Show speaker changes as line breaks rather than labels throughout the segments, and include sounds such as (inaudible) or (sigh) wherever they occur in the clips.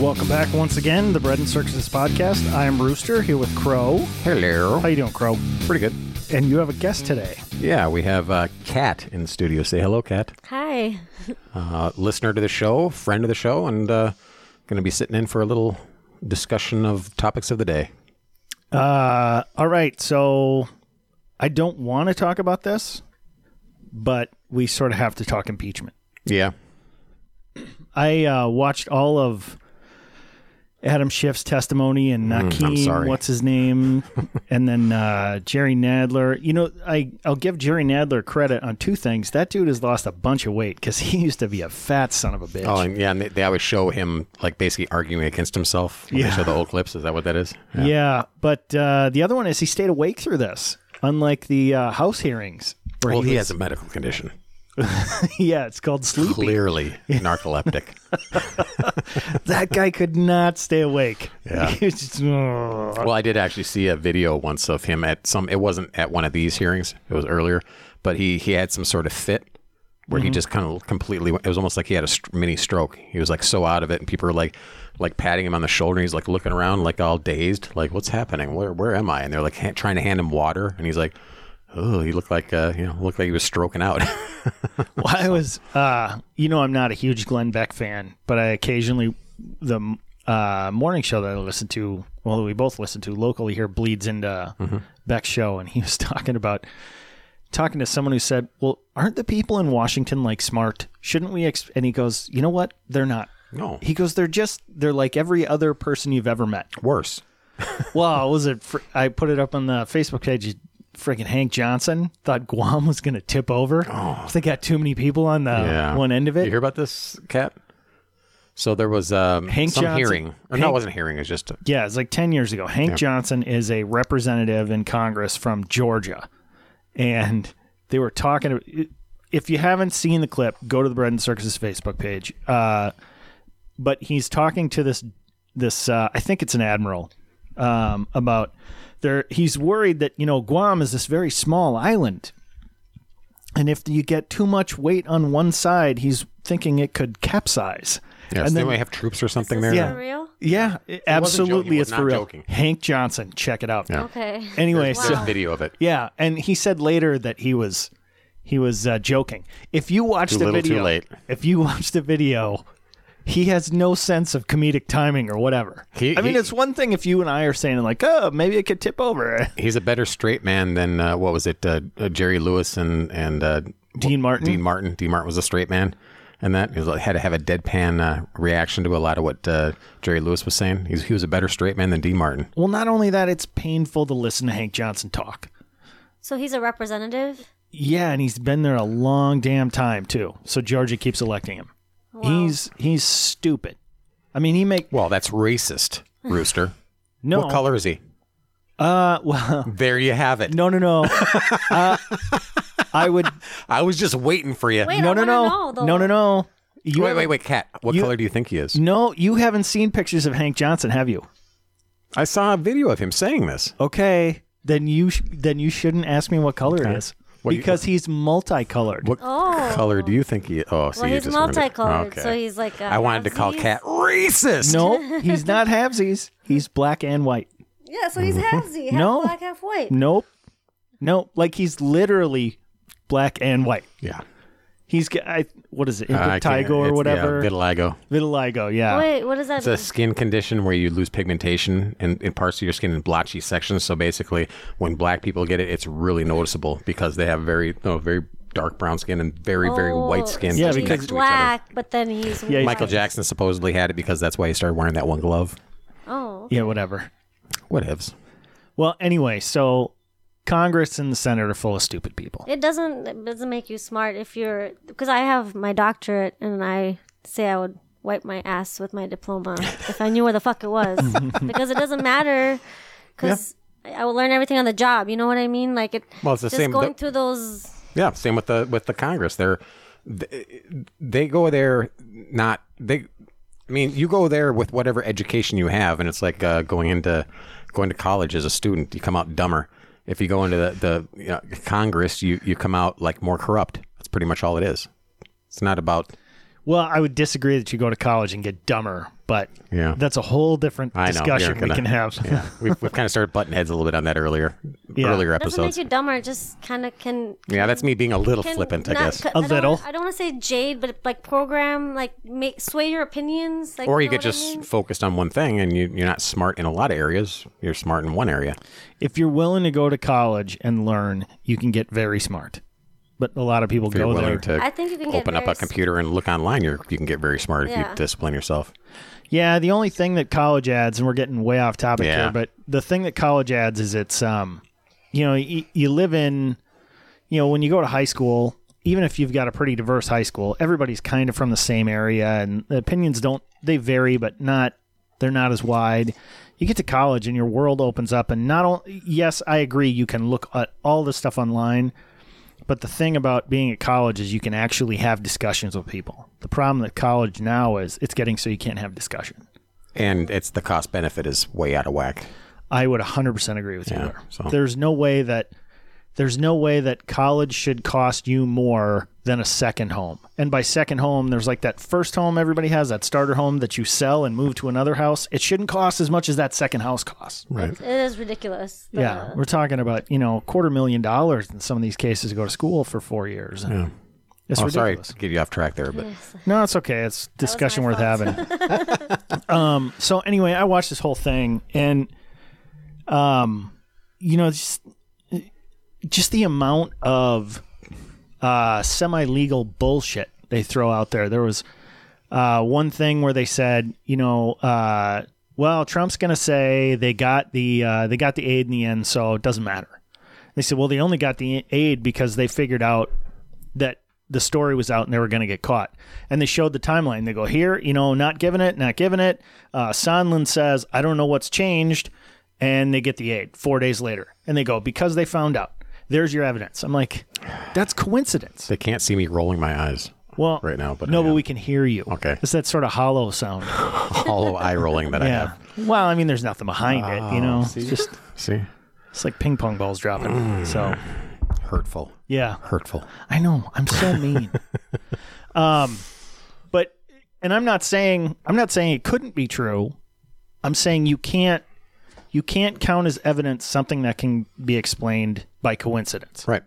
Welcome back once again, the Bread and Circuses podcast. I am Rooster here with Crow.
Hello.
How you doing, Crow?
Pretty good.
And you have a guest today.
Yeah, we have uh, Kat in the studio. Say hello, Kat.
Hi.
Uh, listener to the show, friend of the show, and uh, going to be sitting in for a little discussion of topics of the day.
Uh, all right, so I don't want to talk about this, but we sort of have to talk impeachment.
Yeah.
I uh, watched all of Adam Schiff's testimony and Nakeem,
sorry.
what's his name, and then uh, Jerry Nadler. You know, I I'll give Jerry Nadler credit on two things. That dude has lost a bunch of weight because he (laughs) used to be a fat son of a bitch.
Oh, and yeah, and they, they always show him like basically arguing against himself. When They
Yeah.
show the old clips. Is that what that is?
Yeah, but uh, the other one is he stayed awake through this, unlike the uh, house hearings. where
Well, he
was-
has a medical condition.
(laughs) yeah, it's called sleepy.
Clearly narcoleptic.
(laughs) That guy could not stay awake. (laughs) Yeah,
Well, I did actually see a video once of him at some. It wasn't at one of these hearings. It was earlier, but he he had some sort of fit where
Mm-hmm.
he just kind of completely. went- It was almost like he had a st- mini stroke. He was like so out of it, and people were like like patting him on the shoulder. He's like looking around, like all dazed, like what's happening? Where where am I? And they're like ha- trying to hand him water, and he's like. Oh, he looked like uh, you know, looked like he was stroking out. (laughs)
I was, uh, you know, I'm not a huge Glenn Beck fan, but I occasionally the uh, morning show that I listen to, well, that we both listen to locally here, bleeds into Beck's show, and he was (laughs) talking about talking to someone who said, "Well, aren't the people in Washington like smart? Shouldn't we?" Ex-? And he goes, "You know what? They're not."
no,
He goes, "They're just they're like every other person you've ever
(laughs)
met."
worse.
Well, was it? Fr- I put it up on the Facebook page. Freaking Hank Johnson thought Guam was going to tip over. They got too many people on the
Oh. Yeah.
one end of
You
it.
hear about this, Cat? So there was um,
Hank
some
Johnson-
hearing. Or no,
Hank-
it wasn't hearing. It was just a,
Yeah, it's like 10 years ago. Hank Johnson is a representative in Congress from Georgia. And they were talking. If you haven't seen the clip, go to the Bread and Circuses Facebook page. Uh, but he's talking to this, this uh, I think it's an admiral, um, about there. He's worried that, you know, Guam is this very small island. And if you get too much weight on one side, he's thinking it could capsize.
Yes,
and
they
then
might have troops or something there.
Yeah.
For real?
Yeah, it- absolutely.
joking.
It's
We're
for
not
real.
joking.
Hank Johnson, check it out.
Okay.
Anyway,
There's
so
Wow.
video of it.
yeah, and he said later that he was he was uh, joking. If you watch
Too
the
little, too
video,
late.
if you (laughs) watch the video, he has no sense of comedic timing or whatever.
He-
I mean,
he-
it's one thing if you and I are saying like, "Oh, maybe it could tip over." (laughs)
He's a better straight man than uh, what was it? Uh, uh, Jerry Lewis and and uh,
Dean Martin.
Mm.
Dean Martin. Dean Martin was a straight man, and that he was, like, had to have a deadpan uh, reaction to a lot of what uh, Jerry Lewis was saying. He's, he was a better straight man than Dean Martin.
Well, not only that, it's painful to listen to Hank Johnson talk.
So he's a representative?
Yeah, and he's been there a long damn time too. So Georgia keeps electing him. He's he's stupid. I mean, he make
Well,
(sighs)
that's racist, Rooster.
no
What color is he?
Uh, well, (laughs)
There you have it.
no, no, no. uh, I would
I was just waiting for you.
Wait,
no,
(laughs) I
no,
wanna
no,
know, though.
no, no, no. You
wait,
haven't-
wait, wait, Kat. What
you-
color do you think he is?
No, you haven't seen pictures of Hank Johnson, have you?
I saw a video of him saying this.
Okay, then you sh- then you shouldn't ask me what color it is
What do you-
because he's multicolored.
What
Oh.
color do you think he? Oh, see,
Well,
you
he's
just remembered.
multicolored,
Okay.
so he's like. Uh,
I wanted to call
halfsies.
Cat
(laughs)
racist.
No, he's not halvesies. He's black and white.
Yeah, so he's
Mm-hmm.
halfsy, half
No.
black, half white.
Nope, nope. Like he's literally black and white.
Yeah.
He's g- I what is it?
I can't-
Impetigo
it's-
or
yeah,
whatever.
vitiligo.
vitiligo. Yeah.
Wait, what does that
It's a
mean?
skin condition where you lose pigmentation in, in parts of your skin in blotchy sections. So basically, when black people get it, it's really noticeable because they have very, no, very dark brown skin and very, very
Oh,
white skin.
Yeah,
just
because-
next
he's
to each other.
black, but then he's
Yeah, he's-
white.
Michael Jackson supposedly had it because that's why he started wearing that one glove.
Oh,
Yeah. Whatever.
Whatevs.
Well, anyway, so Congress and the Senate are full of stupid people.
it doesn't it doesn't make you smart if you're because I have my doctorate and I say I would wipe my ass with my
(laughs)
diploma if I knew where the fuck it was. because it doesn't matter. Because I I will learn everything on the job. You know what I mean? Like it.
Well, it's the
just
same-
going
the-
through those.
Yeah, same with the with the Congress. They're they, they go there not they. I mean, you go there with whatever education you have, and it's like uh, going into going to college as a student. You come out dumber. If you go into the, the you know, Congress, you you come out like more corrupt. That's pretty much all it is. It's not about
Well, I would disagree that you go to college and get dumber, but
Yeah.
that's a whole different
I know, we aren't
discussion we
gonna-
can have.
(laughs) yeah. We've, we've kind of started butting heads a little bit on that earlier
Yeah.
earlier
Doesn't make
episodes.
you dumber. It just kind of can.
yeah, that's me being a little
can
flippant, I
not-
guess.
I
A
don't
little.
wanna- I don't want to say jade, but like program, like make sway your opinions. Like,
Or you
know
get
what I
just
mean?
focused on one thing, and you you're not smart in a lot of areas. You're smart in one area.
(laughs) If you're willing to go to college and learn, you can get very smart. But a lot of people
If you're
go there.
willing to
I think you can get
open up
very
a computer and look online, you you can get very smart if
Yeah.
you discipline yourself.
Yeah, the only thing that college adds, and we're getting way off topic
Yeah.
here, but the thing that college adds is it's, um, you know, you, you live in, you know, when you go to high school, even if you've got a pretty diverse high school, everybody's kind of from the same area, and the opinions don't they vary, but not they're not as wide. You get to college, and your world opens up, and not only yes, I agree, you can look at all this stuff online, but the thing about being at college is you can actually have discussions with people. The problem that college now is it's getting so you can't have discussion.
And it's the cost benefit is way out of whack.
I would 100% agree with you there.
so-
There's no way that there's no way that college should cost you more than a second home. And by second home, there's like that first home everybody has, that starter home that you sell and move to another house. It shouldn't cost as much as that second house costs.
Right.
It is ridiculous. but,
Yeah,
uh,
we're talking about, you know, quarter million dollars in some of these cases to go to school for 4 years. Yeah. It's
Oh, sorry
ridiculous.
to get you off track there,
Hmm.
but
No, it's okay. It's discussion worth having. (laughs) um, so anyway, I watched this whole thing, and um, you know, just just the amount of uh, semi-legal bullshit they throw out there. There was uh, one thing where they said, you know, uh, well, Trump's going to say they got the uh, they got the aid in the end, so it doesn't matter. They said, well, they only got the aid because they figured out that the story was out and they were going to get caught. And they showed the timeline. They go, here, you know, not giving it, not giving it. Uh, Sondland says, I don't know what's changed. And they get the aid four days later. And they go, because they found out. There's your evidence. I'm like, that's coincidence.
they can't see me rolling my eyes.
Well,
right now, but
no,
I
but
am.
we can hear you.
Okay.
It's that sort of hollow sound.
(laughs)
Hollow eye rolling that I
Yeah.
have.
Well, I mean, there's nothing behind it, you know. It's just
See,
it's like ping pong balls dropping. So
hurtful,
yeah,
hurtful.
I know. I'm so mean. um, but and I'm not saying I'm not saying it couldn't be true. I'm saying you can't you can't count as evidence something that can be explained by coincidence.
Right.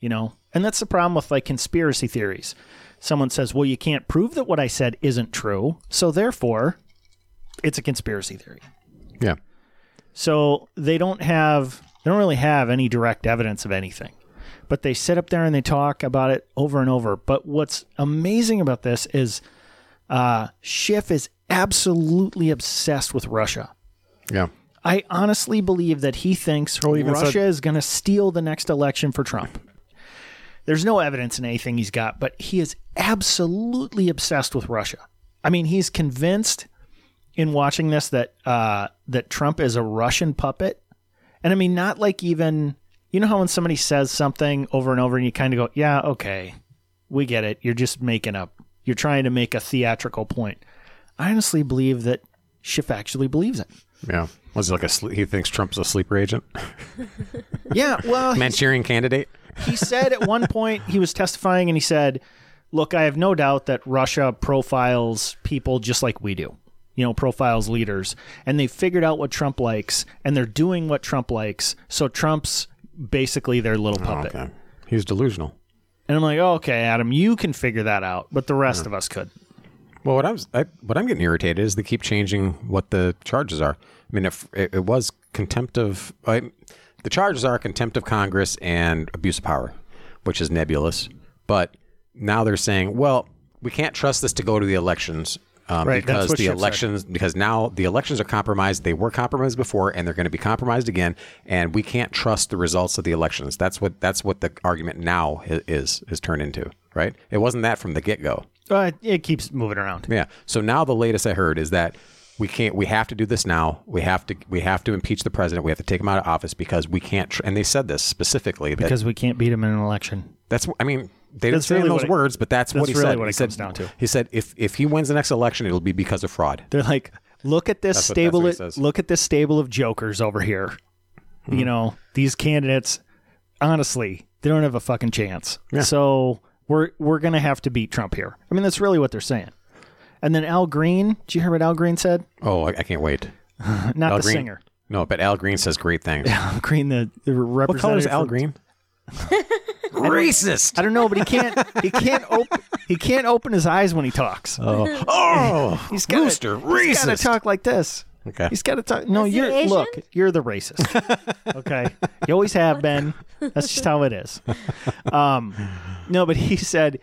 you know and that's the problem with like conspiracy theories someone says well you can't prove that what i said isn't true so therefore it's a conspiracy theory
Yeah.
so they don't have they don't really have any direct evidence of anything but they sit up there and they talk about it over and over but what's amazing about this is uh schiff is absolutely obsessed with russia
Yeah.
I honestly believe that he thinks
even
Russia
said-
is going to steal the next election for Trump. There's no evidence in anything he's got, but he is absolutely obsessed with Russia. I mean, he's convinced in watching this that uh, that Trump is a Russian puppet, and I mean, not like even you know how when somebody says something over and over, and you kind of go, "Yeah, okay, we get it. You're just making up. You're trying to make a theatrical point." I honestly believe that Schiff actually believes it.
Yeah. Was it like a? Sle- he thinks Trump's a
(laughs)
sleeper agent,
Yeah, well,
Manchurian candidate.
he said at one point he was testifying and he said, "Look, I have no doubt that Russia profiles people just like we do. You know, profiles leaders, and they figured out what Trump likes, and they're doing what Trump likes. So Trump's basically their little puppet."
Okay. He's delusional.
And I'm like, "Okay, Adam, you can figure that out, but the rest of us could."
Well, what I was, I, what I'm getting irritated is they keep changing what the charges are. I mean, if it, it was contempt of, I, the charges are contempt of Congress and abuse of power, which is nebulous. But now they're saying, well, we can't trust this to go to the elections um,
Right, that's
because
what
the
Schiff said.
elections, because now the elections are compromised. They were compromised before, and they're going to be compromised again. And we can't trust the results of the elections. That's what that's what the argument now i- is is turned into. Right? It wasn't that from the get go.
Uh, it keeps moving around.
Yeah. So now the latest I heard is that we can't. We have to do this now. We have to. We have to impeach the president. We have to take him out of office because we can't. Tr- and they said this specifically. That
Because we can't beat him in an election.
that's. I mean, they didn't
That's
say it in
really
those
what it-
words, but that's, what
that's
he
really
said.
what
he
it
said,
comes down to.
He said if if he wins the next election, it'll be because of fraud.
They're like, look at this
That's what- that's
stable.
what he says. Hmm.
look at this stable of jokers over here. You know these candidates. Honestly, they don't have a fucking chance. So we're we're gonna have to beat Trump here. I mean, that's really what they're saying. And then Al Green. Did you hear what Al Green said? (clears throat)
Oh, I, I can't wait.
Not
Al
the
Green.
singer.
No, but Al Green says great things.
Al Green, the, the representative.
What color is Al
for- (laughs)
Green? (laughs) Racist.
I don't know, but he can't. He can't open. He can't open his eyes when he talks.
Oh,
(laughs) he's gotta,
rooster.
He's got
Uh, Racist.
to talk like this.
Okay.
He's got to talk. No,
Is he
you're
Asian?
look. You're the
(laughs)
racist. okay, you always have been. That's just how it is. Um, no, but he said,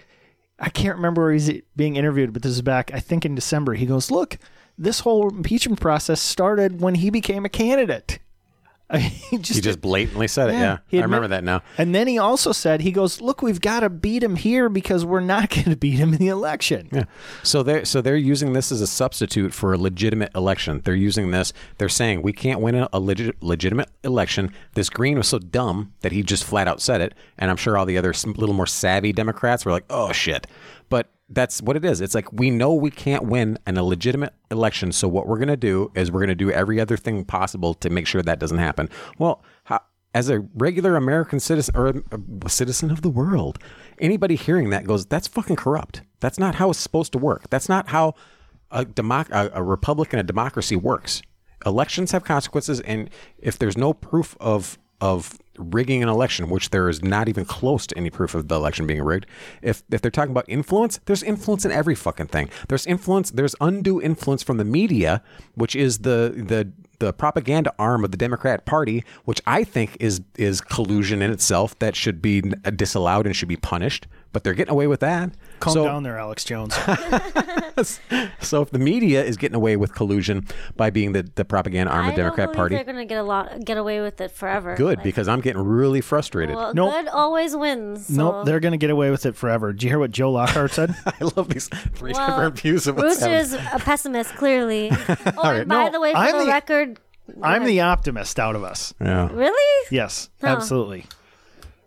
I can't remember where he's being interviewed, but this is back, I think, in December. He goes, look, this whole impeachment process started when he became a candidate. (laughs) he just,
He just blatantly said it.
Yeah.
Yeah.
He
I remember
admit-
that now.
and then he also said, he goes, look, we've got to beat him here because we're not (laughs) going to beat him in the election.
Yeah. So they're so they're using this as a substitute for a legitimate election. They're using this. They're saying we can't win a, a legi- legitimate election. This Green was so dumb that he just flat out said it, and I'm sure all the other s- little more savvy Democrats were like, "Oh shit," but. That's what it is. It's like we know we can't win an illegitimate election, so what we're going to do is we're going to do every other thing possible to make sure that doesn't happen. Well, how, as a regular American citizen or a citizen of the world, anybody hearing that goes, "That's fucking corrupt. That's not how it's supposed to work. That's not how a democ- a, a republic and a democracy works. Elections have consequences, and if there's no proof of of rigging an election, which there is not even close to any proof of the election being rigged, if if they're talking about influence, there's influence in every fucking thing. There's influence. There's undue influence from the media, which is the the the propaganda arm of the Democrat Party, which I think is is collusion in itself that should be n- uh, disallowed and should be punished. But they're getting away with that.
Calm
so,
down there, Alex
(laughs)
Jones.
so if the media is getting away with collusion by being the, the propaganda arm
I
of the
don't
Democrat
believe
Party,
They're gonna get a lot, get away with it forever.
good
Like,
because I'm getting really frustrated.
well,
Nope.
good always wins. So.
nope, they're going to get away with it forever. Did you hear what Joe Lockhart
(laughs)
said?
(laughs) I love these three
Well,
different views of what's
Rooster
happening.
is a
(laughs)
pessimist, clearly. Oh, and by
No,
the way, for
I'm
the,
the-
record,
I'm the optimist out of us.
(laughs) Yeah.
really
Yes, absolutely.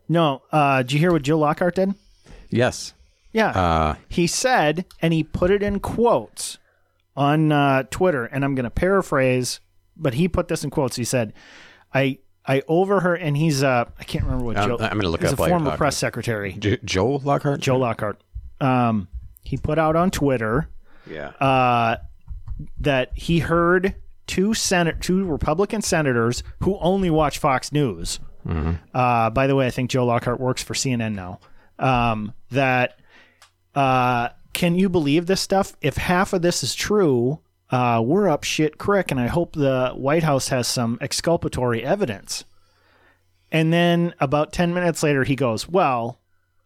No, uh, did you hear what Joe Lockhart did?
Yes.
Yeah.
Uh,
he said, and he put it in quotes on uh, Twitter, and I'm going to paraphrase, but he put this in quotes. He said, I. I overheard, and he's uh, I can't remember what
I'm-
Joe.
Um, I'm gonna look
he's
up
a
while you're
former
talking.
press secretary,
J- Joe Lockhart.
Joe Lockhart. Um, he put out on Twitter uh,
Yeah.
that he heard two senate two Republican senators who only watch Fox News. Uh, by the way, I think Joe Lockhart works for CNN now. Um, that uh, can you believe this stuff? If half of this is true, uh, we're up shit creek, and I hope the White House has some exculpatory evidence. And then about ten minutes later, he goes, "Well,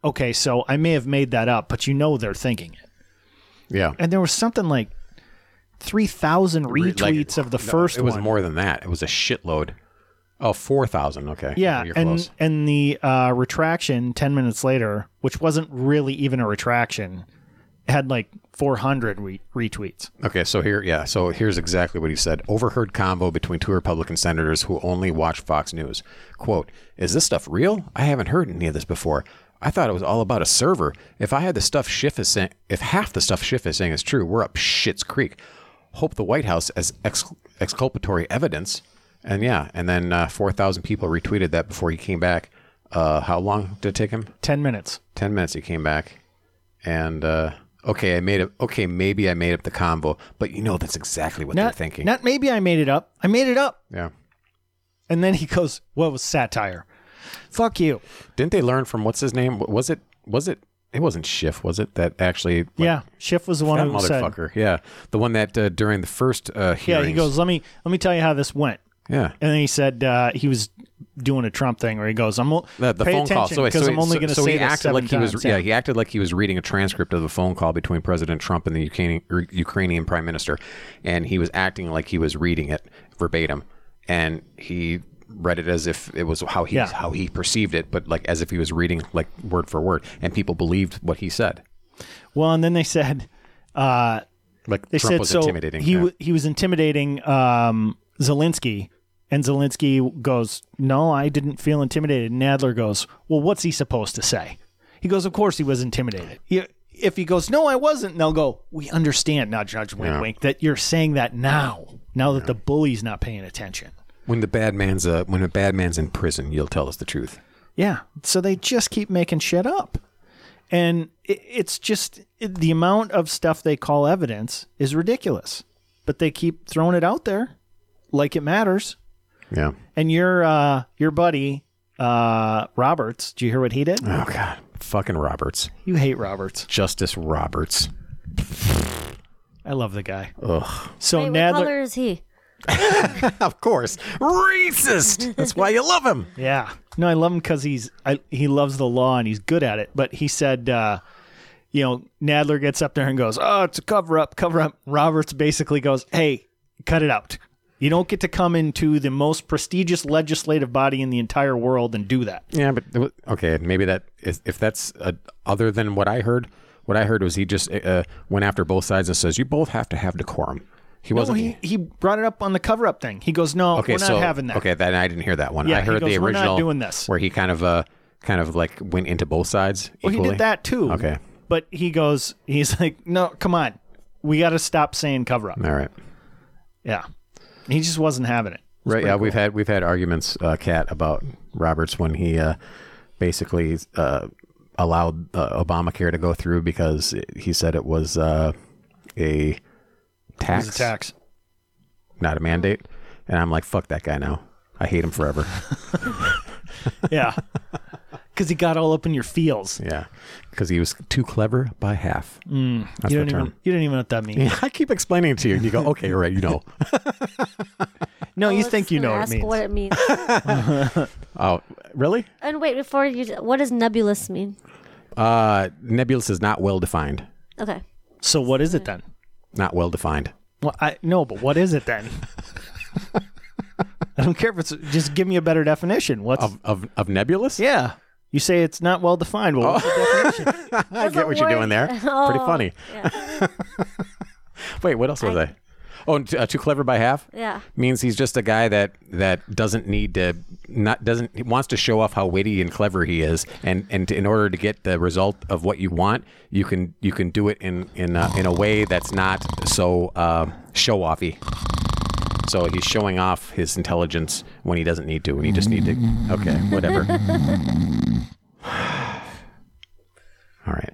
okay, so I may have made that up, but you know they're thinking it."
yeah.
and there was something like 3,000
Re-
retweets
like-
of the
no,
first
It was
one.
more than that. It was a shitload. Oh, 4,000. Okay.
yeah,
(laughs) You're
and
close.
and the uh, retraction 10 minutes later, which wasn't really even a retraction, had like 400 re- retweets.
Okay, so here, yeah, so here's exactly what he said. Overheard convo between two Republican senators who only watch Fox News. Quote, Is this stuff real? I haven't heard any of this before. I thought it was all about a server. If I had the stuff Schiff is saying, if half the stuff Schiff is saying is true, we're up shit's creek. Hope the White House has ex- exculpatory evidence. And yeah, and then uh, 4,000 people retweeted that before he came back. Uh, how long did it take him?
10 minutes.
10 minutes he came back and uh okay i made up okay maybe i made up the combo but you know that's exactly what they're
Not,
thinking
not maybe I made it up. I made it up.
yeah
And then he goes, What was satire? Fuck you.
didn't they learn from what's his name Wa- was it was it it wasn't Schiff, was it? That actually, like,
yeah. Schiff was the one
that
who said,
motherfucker. Yeah, the one that uh, during the first uh,
Yeah,
hearings.
he goes, Let me let me tell you how this went.
Yeah,
And then he said uh, he was doing a Trump thing where he goes, "I'm o-
the, the
pay
phone call.
attention
So,
because
so,
I'm only
so-
going to
so
say
he
this
acted
seven
like he was.
times."
Yeah, he acted like he was reading a transcript of a phone call between President Trump and the Ukrainian, Ur- Ukrainian Prime Minister, and he was acting like he was reading it verbatim, and he read it as if it was how he
Yeah.
how he perceived it, but like as if he was reading like word for word, and people believed what he said.
Well, and then they said uh,
Like
they
Trump
said
was
so
intimidating.
he
yeah.
w- he was intimidating um, Zelensky, and Zelensky goes, "No, I didn't feel intimidated." And Nadler goes, "Well, what's he supposed to say?" He goes, "Of course he was intimidated." He- if he goes, "No, I wasn't," and they'll go, "We understand now, Judge Wink
Yeah.
Wink, that you're saying that now, now that the bully's not paying attention."
when the bad man's uh, when a bad man's in prison, you'll tell us the truth.
Yeah. So they just keep making shit up. And it, it's just it, the amount of stuff they call evidence is ridiculous. But they keep throwing it out there like it matters.
Yeah.
And your uh your buddy uh Roberts, do you hear what he did?
Oh God, fucking Roberts,
You hate Roberts.
Justice Roberts.
I love the guy.
Ugh.
So
Wait, what
Nadler
color is he?
Of course, racist. That's why you love him.
Yeah. No, I love him because he's I, he loves the law and he's good at it. But he said, uh, you know, Nadler gets up there and goes, "Oh, it's a cover up, cover up." Roberts basically goes, "Hey, cut it out. You don't get to come into the most prestigious legislative body in the entire world and do that."
Yeah, but th- okay, maybe that is, if that's uh, other than what I heard. What I heard was he just uh, went after both sides and says you both have to have decorum. He
Well,
wasn't. e-,
he, he brought it up on the cover up thing. He goes, "No,
okay,
we're not
so
having that."
okay, then I didn't hear that one.
Yeah,
I
he
heard
goes,
the
"We're
original
not doing this."
where he kind of uh kind of like went into both sides
Well, he
equally.
did that too.
Okay.
But he goes, he's like, "No, come on, we got to stop saying cover up."
All right.
Yeah, he just wasn't having it.
Right. Yeah, we've had we've had arguments, uh, Kat, about Roberts when he uh, basically uh, allowed uh, Obamacare to go through because he said it was uh, a
It
tax,
was a tax.
not a mandate. And I'm like, fuck that guy now. I hate
(laughs)
him forever.
Yeah. Because he got all up in your feels.
yeah, because he was too clever by half. That's
Mm, You
the
don't, even,
term.
you don't even know what that means.
(laughs) I keep explaining it to you, and you go, "Okay, all right,
(laughs)
you know."
No,
I
you
was
think you
gonna
know what it
ask
means.
Oh, What
(laughs)
it means.
oh, really?
and wait, before you, what does nebulous mean?
Uh, nebulous is not well defined.
Okay.
so what is it then?
Not well defined.
Well, I no, but what is it then? (laughs) I don't care if it's just give me a better definition. What's
Of of, of nebulous?
yeah? You say it's not well defined. Well,
Oh.
what's the definition?
I get what you're doing there. Pretty
(laughs) Oh,
funny. (laughs) Wait, what else was I? Oh, and t- uh, too clever by half
Yeah.
means he's just a guy that that doesn't need to not doesn't he wants to show off how witty and clever he is, and and to- in order to get the result of what you want, you can you can do it in in uh, in a way that's not so uh, show offy. So he's showing off his intelligence when he doesn't need to, and he just need to. Okay, whatever. (sighs) All right.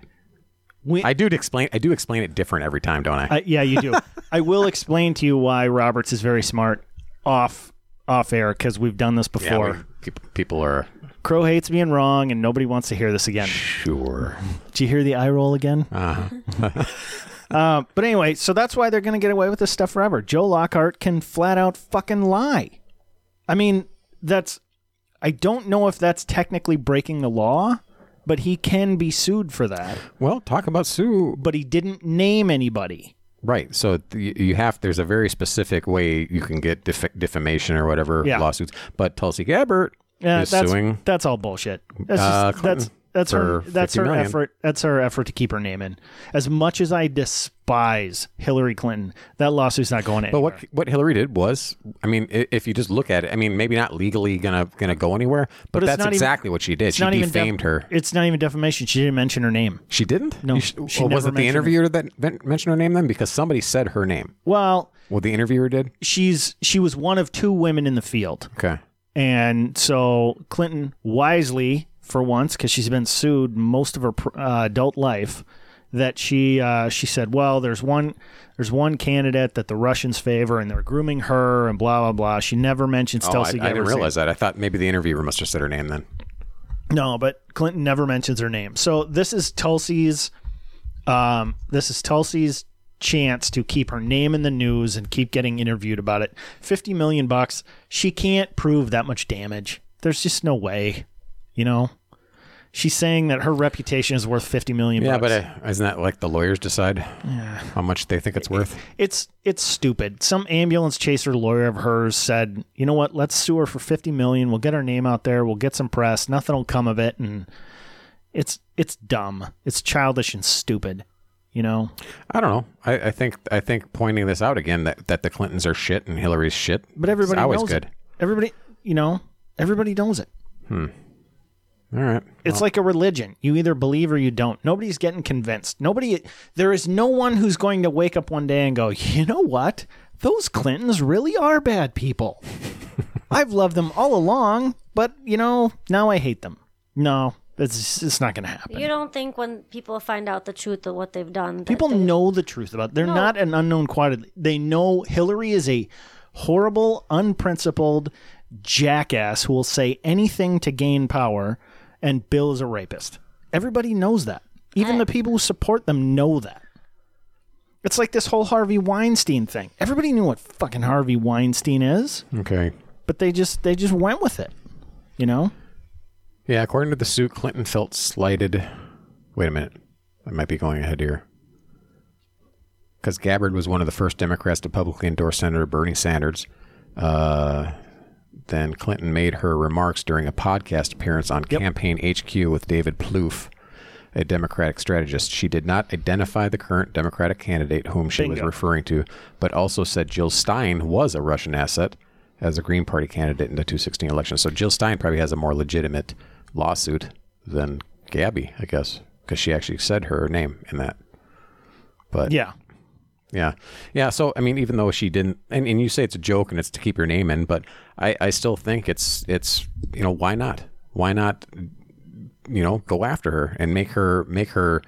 We-
I do explain. I do explain it different every time, don't I?
Uh, yeah, you
(laughs)
do. I will explain to you why Roberts is very smart off off air because we've done this
yeah,
before.
we, peop- people are
Crow hates being wrong, and nobody wants to hear this again.
sure.
Did you hear the eye roll again?
Uh-huh.
(laughs) Uh, but anyway, so that's why they're going to get away with this stuff forever. Joe Lockhart can flat out fucking lie. I mean, that's. I don't know if that's technically breaking the law, but he can be sued for that.
Well, talk about Sue.
But he didn't name anybody.
Right. So th- you have there's a very specific way you can get def- defamation or whatever
Yeah.
lawsuits. But Tulsi Gabbard
Uh,
is
that's,
suing.
That's all bullshit. That's
Uh,
just, that's
Clinton
that's her
for
that's her
50 million.
effort. That's her effort to keep her name in. As much as I despise Hillary Clinton, that lawsuit's not going in.
But what what Hillary did was, I mean, i- if you just look at it, I mean, maybe not legally gonna gonna go anywhere, but,
But it's
that's
not even-
exactly what she did.
it's
She
not even def-
defamed her.
It's not even defamation. She didn't mention her name.
She didn't.
No,
You sh-
she
well,
never
was it the
mentioned-
interviewer that ven- mentioned her name then? Because somebody said her name.
Well,
Well, the interviewer did. Oh,
she's she was one of two women in the field,
Okay.
and so Clinton wisely, for once, because she's been sued most of her pr- uh, adult life, that she uh, she said, well, there's one there's one candidate that the Russians favor, and they're grooming her, and blah blah blah. She never mentions
Oh, I, I
Tulsi
didn't
Gabbard's name.
realize that. I thought maybe the interviewer must have said her name then.
No, but Clinton never mentions her name. So this is Tulsi's um this is Tulsi's chance to keep her name in the news and keep getting interviewed about it. 50 million bucks. She can't prove that much damage. There's just no way, you know. She's saying that her reputation is worth 50 million
Yeah,
bucks.
but uh, isn't that like the lawyers decide how much they think it's worth?
it's it's stupid. Some ambulance chaser lawyer of hers said, "You know what? Let's sue her for fifty million. We'll get her name out there. We'll get some press. Nothing will come of it." And It's it's dumb. It's childish and stupid. You know.
I don't know. I, I think I think pointing this out again that, that the Clintons are shit and Hillary's shit.
But everybody
is always
knows
good.
it. Everybody, you know, everybody knows it.
All right.
It's like a religion. You either believe or you don't. Nobody's getting convinced. Nobody there is no one who's going to wake up one day and go, "You know what? Those Clintons really are bad people. I've loved them all along, but you know, now I hate them." No, it's it's not going to happen.
You don't think when people find out the truth of what they've done, that
People
they-
know the truth about. They're not an unknown quantity. They know Hillary is a horrible, unprincipled jackass who will say anything to gain power, and Bill is a rapist. Everybody knows that. Even the people who support them know that. It's like this whole Harvey Weinstein thing. Everybody knew what fucking Harvey Weinstein is,
Okay.
but they just they just went with it. You know?
Yeah, according to the suit, Clinton felt slighted. Wait a minute. I might be going ahead here. Because Gabbard was one of the first Democrats to publicly endorse Senator Bernie Sanders. Uh, then Clinton made her remarks during a podcast appearance on Campaign HQ with David Plouffe, a Democratic strategist. She did not identify the current Democratic candidate whom she was
Bingo.
referring to, but also said Jill Stein was a Russian asset as a Green Party candidate in the 2016 election. So Jill Stein probably has a more legitimate lawsuit than Gabby, I guess, because she actually said her name in that. But
Yeah.
yeah. Yeah. So, I mean, even though she didn't, and, and you say it's a joke and it's to keep your name in, but I, I still think it's, it's, you know, why not? Why not, you know, go after her and make her, make her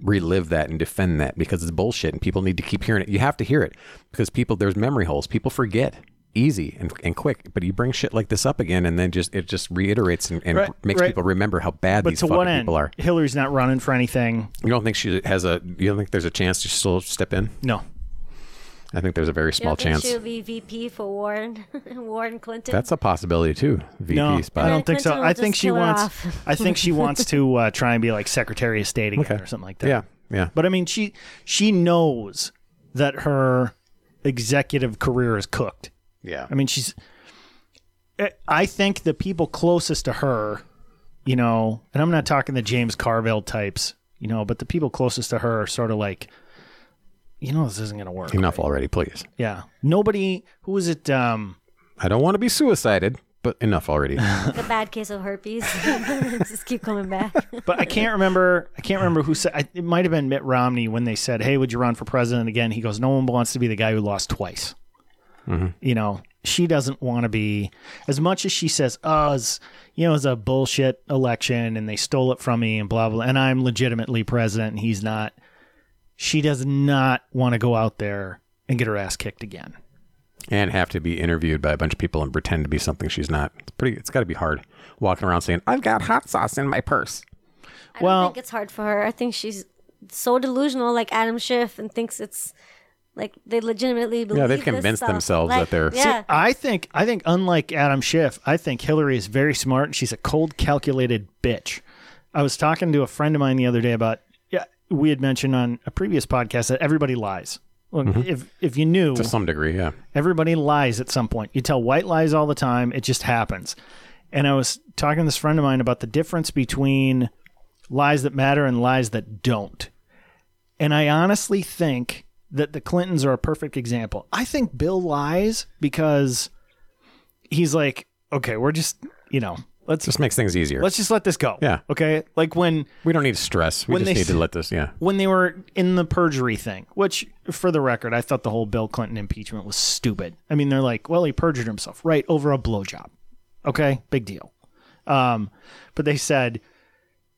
relive that and defend that because it's bullshit and people need to keep hearing it. You have to hear it because people, there's memory holes. People forget easy and, and quick, but you bring shit like this up again and then just, it just reiterates and, and
Right,
makes
right.
people remember how bad
But
these
to
fucking
what end?
people are.
Hillary's not running for anything.
You don't think she has a, you don't think there's a chance to still step in?
No.
I think there's a very
You
small
don't think
chance.
She'll be VP for Warren, (laughs) Warren Clinton.
That's a possibility too. VP
no,
spot.
I don't think so.
Clinton will
I think
just
she
kill her
wants.
off.
I think she wants
(laughs)
to uh, try and be like Secretary of State again or something like that.
yeah, yeah.
But I mean, she she knows that her executive career is cooked.
yeah.
I mean, she's. I- I think the people closest to her, you know, and I'm not talking the James Carville types, you know, but the people closest to her are sort of like, you know, this isn't going to work.
Enough already, please.
Yeah. Nobody. Who is it? Um.
I don't want to be suicided, but
(laughs)
enough already.
the bad case of herpes. (laughs) Just keep coming back.
but I can't remember. I can't remember who said. I- It might have been Mitt Romney when they said, "Hey, would you run for president again?" He goes, "No one wants to be the guy who lost twice." You know, she doesn't want to be. As much as she says, "Oh, it's, you know, it's a bullshit election, and they stole it from me, and blah blah," and I'm legitimately president, and he's not. She does not want to go out there and get her ass kicked again.
and have to be interviewed by a bunch of people and pretend to be something she's not. It's pretty. It's got to be hard walking around saying, "I've got hot sauce in my purse."
I
Well-
don't think it's hard for her. I think she's so delusional, like Adam Schiff, and thinks it's like they legitimately believe.
Yeah, they've
this
convinced
stuff.
themselves
Like,
that they're-
Yeah,
I think I think unlike Adam Schiff, I think Hillary is very smart and she's a cold, calculated bitch. I was talking to a friend of mine the other day about yeah, we had mentioned on a previous podcast that everybody lies. Well, if if you knew
To some degree, yeah.
Everybody lies at some point. You tell white lies all the time. It just happens. And I was talking to this friend of mine about the difference between lies that matter and lies that don't. And I honestly think that the Clintons are a perfect example. I think Bill lies because he's like, okay, we're just, you know, let's
Just makes things easier.
let's just let this go.
Yeah.
Okay. Like when
we don't need stress. We
When
just
they
need to
s-
let this. Yeah.
when they were in the perjury thing, which, for the record, I thought the whole Bill Clinton impeachment was stupid. I mean, they're like, well, he perjured himself, right, over a blowjob. Okay, big deal. Um, but they said,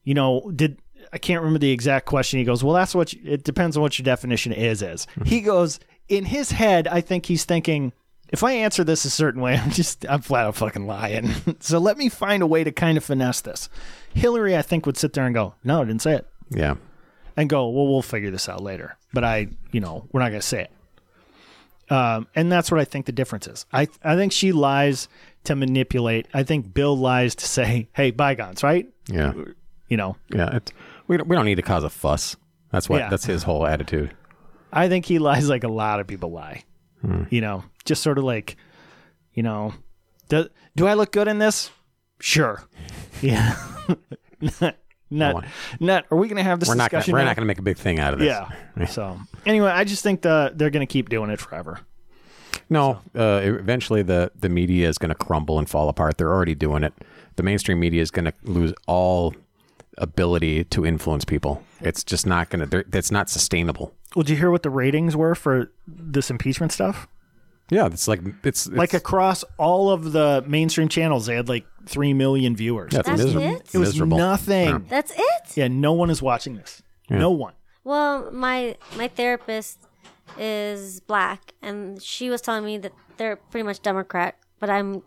you know, did I can't remember the exact question. He goes, well, that's what you, it depends on what your definition is. Is he goes in his head? I think he's thinking. If I answer this a certain way, (laughs) I'm just I'm flat out fucking lying. (laughs) so let me find a way to kind of finesse this. Hillary, I think, would sit there and go, "No, I didn't say it
Yeah.
and go, well, we'll figure this out later. But I, you know, we're not going to say it. Um, and that's what I think the difference is. I, I think she lies to manipulate. I think Bill lies to say, hey, bygones, right?
Yeah.
You know,
Yeah. It, we don't, we don't need to cause a fuss. That's why.
Yeah.
That's his whole attitude.
I think he lies like a lot of people lie.
Hmm.
You know, just sort of like, you know,
(laughs)
do, do I look good in this? Sure. Yeah. (laughs) Not, not. Are we going to have this
We're not. Gonna,
discussion?
we're
now?
not going to make a big thing out of this. (laughs)
Yeah. so anyway, I just think the they're going to keep doing it forever.
No, uh, eventually the, the media is going to crumble and fall apart. They're already doing it. The mainstream media is going to lose all ability to influence people. It's just not going to. That's not sustainable.
Well, did you hear what the ratings were for this impeachment stuff?
Yeah, it's like it's,
Like across all of the mainstream channels, they had like three million viewers.
that's
That's
miserable.
it?
it was
miserable.
nothing.
Yeah.
That's it.
Yeah, no one is watching this. No one.
Well, my my therapist is black, and she was telling me that they're pretty much Democrat, but I'm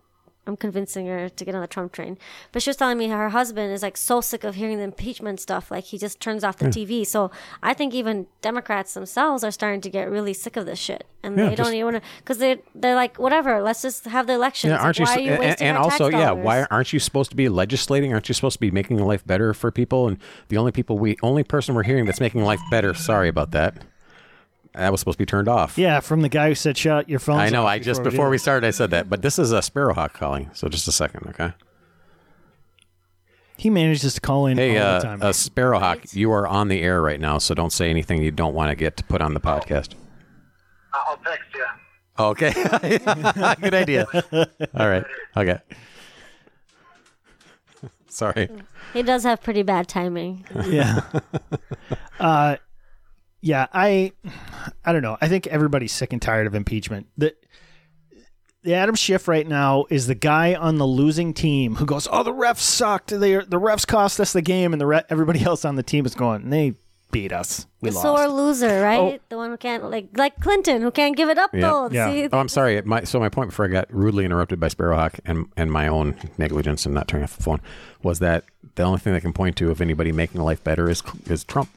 I'm convincing her to get on the Trump train. But she was telling me her husband is like so sick of hearing the impeachment stuff, like he just turns off the TV. So I think even Democrats themselves are starting to get really sick of this shit, and
Yeah,
they don't
just-
even want to because they they're like whatever, let's just have the elections.
Yeah,
Like,
aren't you?
why
s-
are you
and- and,
wasting our
also,
tax
yeah,
dollars?
why aren't you supposed to be legislating? Aren't you supposed to be making life better for people? And the only people we, only person we're hearing that's making life better. Sorry about that. That was supposed to be turned off.
Yeah, from the guy who said, "Shut your phone."
I know. I just before we started, I said that, but this is a sparrowhawk calling. So just a second, okay?
he manages to call in
Hey,
all
uh,
the time.
uh, sparrowhawk, you are on the air right now, so don't say anything you don't want to get to put on the podcast.
I'll text you.
Okay, (laughs)
(laughs)
good idea. All right, okay. (laughs) Sorry.
He does have pretty bad timing.
yeah. (laughs) uh, yeah, I I don't know. I think everybody's sick and tired of impeachment. The the Adam Schiff right now is the guy on the losing team who goes, "Oh, the refs sucked. They the refs cost us the game," and the re- everybody (laughs) else on the team is going, "They beat us. We
the
lost."
sore loser, right? The one who can't like like Clinton, who can't give it up
Oh. Yeah.
though.
Yeah.
See,
Oh, I'm sorry. My, so my point before I got rudely interrupted by Sparrowhawk and and my own negligence in not turning off the phone was that the only thing I can point to of anybody making life better is is Trump.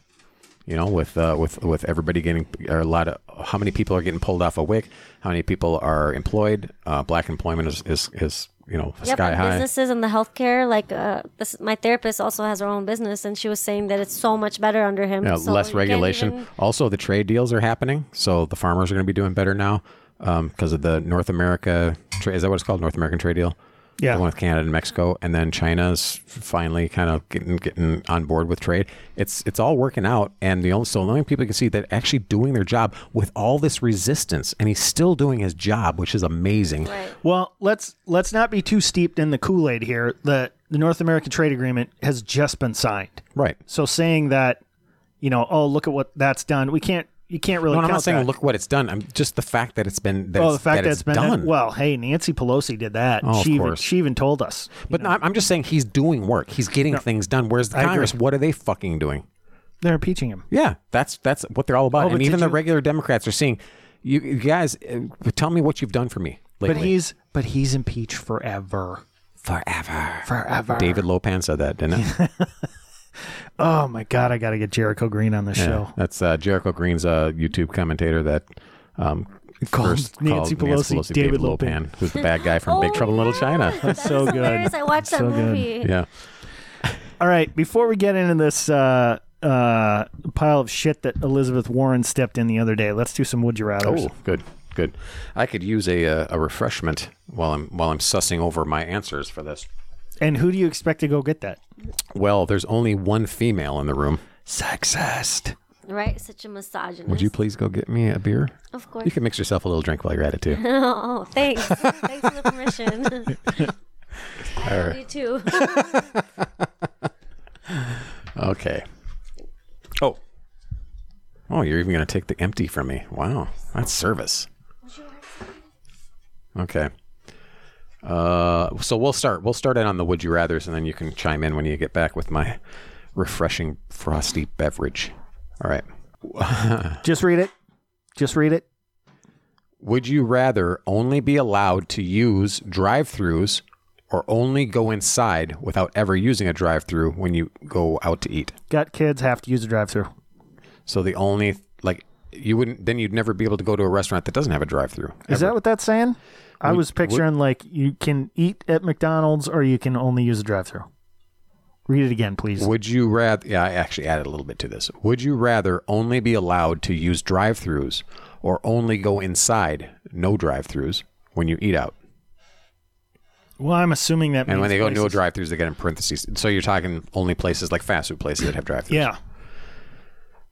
You know, with uh, with with everybody getting or a lot of how many people are getting pulled off a WIC, how many people are employed. Uh, black employment is is, is you know
yep,
sky
and
high.
businesses and the healthcare. Like, uh, this, my therapist also has her own business, and she was saying that it's so much better under him.
Yeah,
so
Uh,
you
less
can't
regulation.
even-
Also, the trade deals are happening, so the farmers are going to be doing better now because of the North America. Tra- is that what it's called? North American trade deal.
Yeah.
the one with Canada and Mexico, and then China's finally kind of getting getting on board with trade. It's it's all working out, and the only so the only people can see that actually doing their job with all this resistance, and he's still doing his job, which is amazing.
Right.
Well, let's let's not be too steeped in the Kool Aid here. The the North American Trade Agreement has just been signed,
Right.
so saying that, you know, oh look at what that's done. We can't you can't really.
No, I'm
count
not saying
that.
look what it's done. I'm just the fact that it's been that
Oh,
it's,
the fact
that
that
it's
has been
done. Oh,
Well, hey, Nancy Pelosi did that.
of
she even
course.
she even told us.
But no, I'm- I'm just saying he's doing work. He's getting things done. Whereas the
I agree.
Congress, what are they fucking doing?
They're impeaching him.
Yeah, that's that's what they're all about.
Oh, but
and even
did
the
you-
regular Democrats are seeing, you, you guys, uh, tell me what you've done for me
But
lately.
he's but he's impeached forever.
forever,
Forever.
David Lopan said
(laughs)
that, didn't it?
Oh my god, I gotta get Jericho Green on the show.
that's uh, Jericho Green's uh, YouTube commentator that. Um,
Called
first
Nancy
called Nancy
Pelosi
Pelosi
David
David
Lopan.
Lopan, who's the bad guy from Big
(laughs)
Oh,
Trouble in Little China.
(laughs) That
So
is
good.
hilarious. I watched that
So good.
movie.
(laughs) yeah,
All right, before we get into this uh uh pile of shit that Elizabeth Warren stepped in the other day, let's do some would you rather's.
Oh, good, good. I could use a uh, a refreshment while I'm while I'm sussing over my answers for this.
And who do you expect to go get that?
Well, there's only one female in the room.
Sexist.
Right. Such a misogynist.
Would you please go get me a beer?
Of course.
You can mix yourself a little drink while you're at it too.
oh,
(laughs)
thanks. thanks for the permission. I love you too. (laughs)
Okay. Oh. Oh, you're even going to take the empty from me. Wow. That's service. Okay. Uh, so we'll start. We'll start it on the would you rather's, and then you can chime in when you get back with my refreshing frosty beverage. All right.
Just read it. Just read it.
Would you rather only be allowed to use drive throughs or only go inside without ever using a drive through when you go out to eat?
Got kids have to use a drive through.
So the only like you wouldn't then you'd never be able to go to a restaurant that doesn't have a drive through.
Is that what that's saying? I was picturing like you can eat at McDonald's or you can only use a drive-through. Read it again, please.
Would you rather yeah, I actually added a little bit to this. Would you rather only be allowed to use drive throughs or only go inside no drive throughs when you eat out?
Well, I'm assuming that.
And when
means
they go no
places-
drive-throughs, they get in parentheses. So you're talking only places like fast food places that have drive-throughs.
yeah.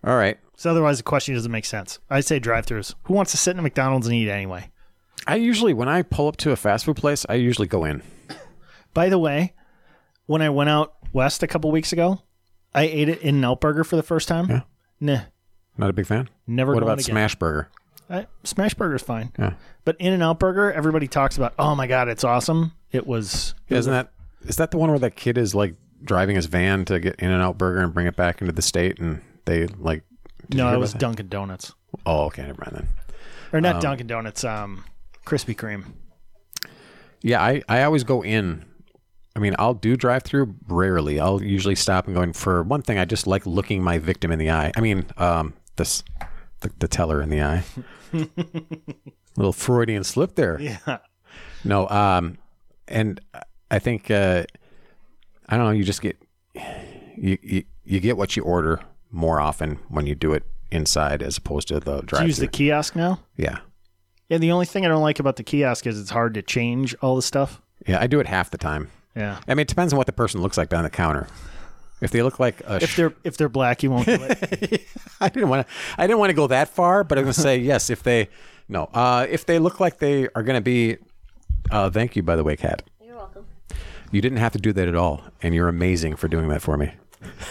All right.
So otherwise, the question doesn't make sense. I say drive-throughs. Who wants to sit in a McDonald's and eat anyway?
I usually when I pull up to a fast food place, I usually go in.
By the way, when I went out west a couple weeks ago, I ate it in an out burger for the first time.
Yeah.
Nah,
Not a big fan.
never.
what
going
about
again.
Smash Burger?
I, Smash Burger's fine.
Yeah.
But In and Out Burger, everybody talks about. Oh my god, it's awesome! It was.
Isn't that is that the one where that kid is like driving his van to get In and Out Burger and bring it back into the state and they like did you
no,
hear
it
about
was
that?
Dunkin' Donuts,
Oh, okay, never mind then.
or not Dunkin' Donuts. Um, Krispy Kreme.
Yeah, I, I always go in. I mean, I'll do drive through rarely. I'll usually stop and go in for one thing. I just like looking my victim in the eye. I mean, um, this the, the teller in
(laughs)
the eye. Little Freudian slip there.
Yeah.
No, um, and I think uh, I don't know. You just get you, you you get what you order more often when you do it inside as opposed to
(laughs) Do
the
you
drive
use the
through.
kiosk now?
Yeah,
Yeah. The only thing I don't like about the kiosk is it's hard to change all the stuff.
yeah. I do it half the time.
Yeah.
I mean, it depends on what the person looks like down the counter. If they look like a
If they're if they're black, you won't do it.
(laughs) I didn't want to. I didn't want to go that far, but I'm going to say (laughs) yes. If they, no, uh, if they look like they are going to be, uh, thank you by the way, Kat.
You're welcome.
You didn't have to do that at all, and you're amazing for doing that for me. (laughs)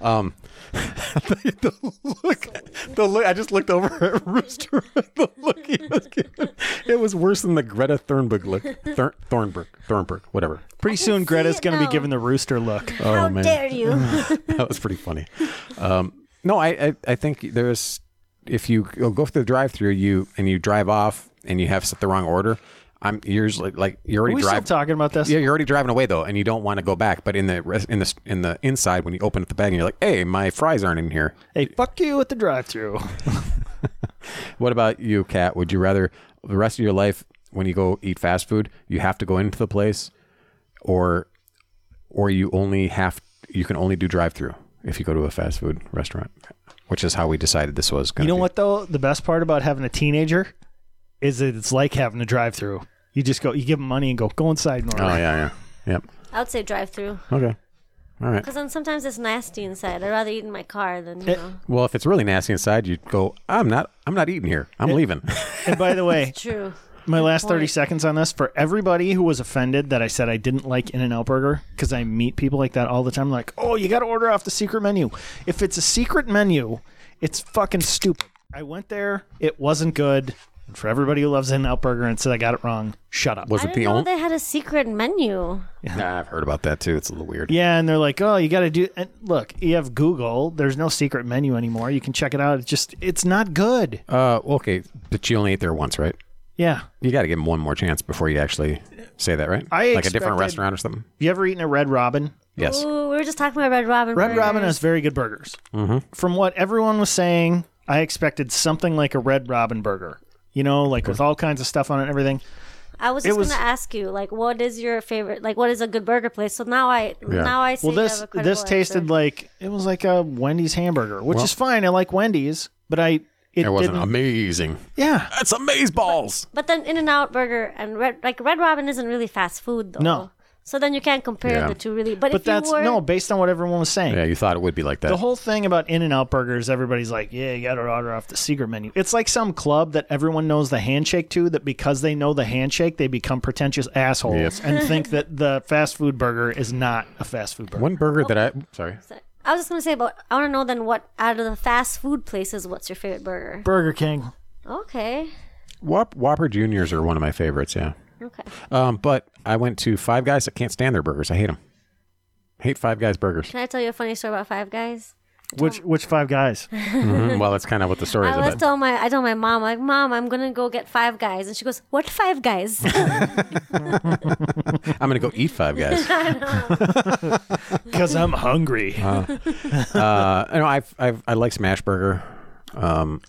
um, (laughs) the, the look, the look. I just looked over at Rooster. (laughs) the look he was giving, it was worse than the Greta Thunberg look. Thur, Thornburg, Thornburg, whatever.
(laughs) Pretty soon, Greta's
it
going to
now.
be given the rooster look.
How
Oh, man.
dare
(laughs)
you?
that was pretty funny. Um, no, I, I I think there's if you go through the drive-through, you and you drive off and you have set the wrong order. I'm yours like like you
Are
already
we
drive.
still talking about this?
Yeah, you're already driving away though, and you don't want to go back. But in the res- in the in the inside, when you open up the bag, and you're like, "Hey, my fries aren't in here."
Hey, fuck you at the drive-through.
What about you, Kat? Would you rather the rest of your life, when you go eat fast food, you have to go into the place, or or you only have you can only do drive-through if you go to a fast food restaurant, which is how we decided this was. Gonna
You know
be.
what though? The best part about having a teenager is that it's like having a drive-through. You just go, you give them money and go, go inside and order.
Oh yeah, yeah, yep.
I would say drive through.
Okay, all right.
Because then sometimes it's nasty inside. I'd rather eat in my car than, you
Eh.
It-
know.
Well, if it's really nasty inside, you'd go. I'm not. I'm not eating here. I'm leaving.
And by the (laughs) way,
True.
my last
point.
30 seconds on this for everybody who was offended that I said I didn't like In N Out Burger, because I meet people like that all the time, like, oh, you got to order off the secret menu. If it's a secret menu, it's fucking stupid. I went there, it wasn't good. And for everybody who loves In N Out Burger and said I got it wrong, shut up.
Was
I
it
didn't
the
know
only?
they had a secret menu.
Nah, I've heard about that too. It's a little weird.
Yeah, and they're like, "Oh, you got to do." And look, you have Google. There's no secret menu anymore. You can check it out. It's just, it's not good.
Uh, well, okay, but you only ate there once, right?
Yeah.
You got to give them one more chance before you actually say that, right?
I
like a different
expected-
restaurant or something.
You ever eaten a Red Robin?
Yes.
Ooh, we were just talking about Red Robin.
Red Robin
burgers.
has very good burgers.
Mm-hmm.
From what everyone was saying, I expected something like a Red Robin burger. You know, like with all kinds of stuff on it and everything.
I was
it
just
was-
gonna ask you, like, what is your favorite? Like, what is a good burger place? So now I,
Yeah.
now I see.
Well,
you
this
have a credible
this tasted
answer.
like it was like a Wendy's hamburger, which is fine. I like Wendy's, but I it,
it wasn't
didn't.
amazing.
yeah,
That's amaze balls.
But then In and Out Burger and Red, like Red Robin isn't really fast food though.
No.
So then you can't compare
Yeah.
the two really. But,
but
if you
that's
were,
no based on what everyone was saying.
Yeah, you thought it would be like that.
The whole thing about In and Out Burgers, everybody's like, "Yeah, you got to order off the secret menu." It's like some club that everyone knows the handshake to. That because they know the handshake, they become pretentious assholes and think that the fast food burger is not a fast food burger.
one burger that I sorry.
I was just gonna say, but I want to know then what out of the fast food places, what's your favorite burger?
Burger King.
Okay.
Whop, Whopper Juniors are one of my favorites. Yeah.
Okay.
Um, but I went to Five Guys. I can't stand their burgers. I hate them. Hate Five Guys
(laughs)
burgers.
Can I tell you a funny story about Five Guys?
Which which Five
(laughs)
Guys? Mm-hmm.
Mhm. Well, that's kind of what the story is
I always
about.
tell my I told my mom like, Mom, I'm gonna go get Five Guys, and she goes, What Five Guys?
I'm gonna go eat
(laughs)
Five Guys.
Because I'm hungry.
Uh-huh.
uh, I know I've, I've I like Smash Burger. Um,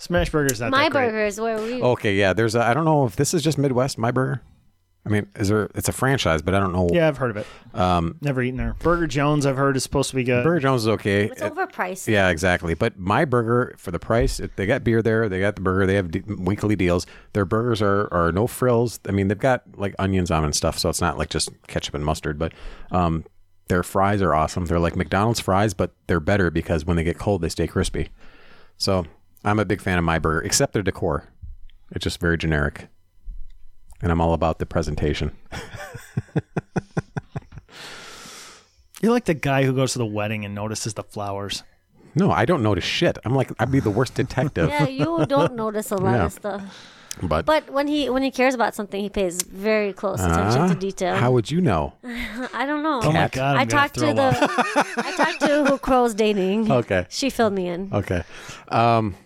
Smash Burger's not
my
that great.
burger is where we.
Oh, okay, yeah. There's a, I don't know if this is just Midwest. My burger. I mean, is there? It's a franchise, but I don't know.
Yeah, I've heard of it.
Um,
Never eaten there. Burger Jones, I've heard, is supposed to be good.
Burger Jones is okay.
It's
It-
overpriced.
Yeah, exactly. But my burger for the price, if they got beer there, they got the burger. They have d- weekly deals. Their burgers are, are no frills. I mean, they've got like onions on 'em and stuff, so it's not like just ketchup and mustard. But um, their fries are awesome. They're like McDonald's fries, but they're better because when they get cold, they stay crispy. So I'm a big fan of my burger, except their decor. It's just very generic, and I'm all about the presentation.
You're like the guy who goes to the wedding and notices the flowers.
No, I don't notice shit. I'm like I'd be the worst detective.
(laughs) Yeah, you don't notice a lot
Yeah.
of stuff.
But,
But when he when he cares about something, he pays very close attention
Huh?
to detail.
Uh-huh. how would you know?
I don't know.
Oh my
Cat.
god! I'm
I
gonna
talked to
throw up.
the I talked to who Crow's dating.
(laughs) Okay.
She filled me in.
Okay. Um,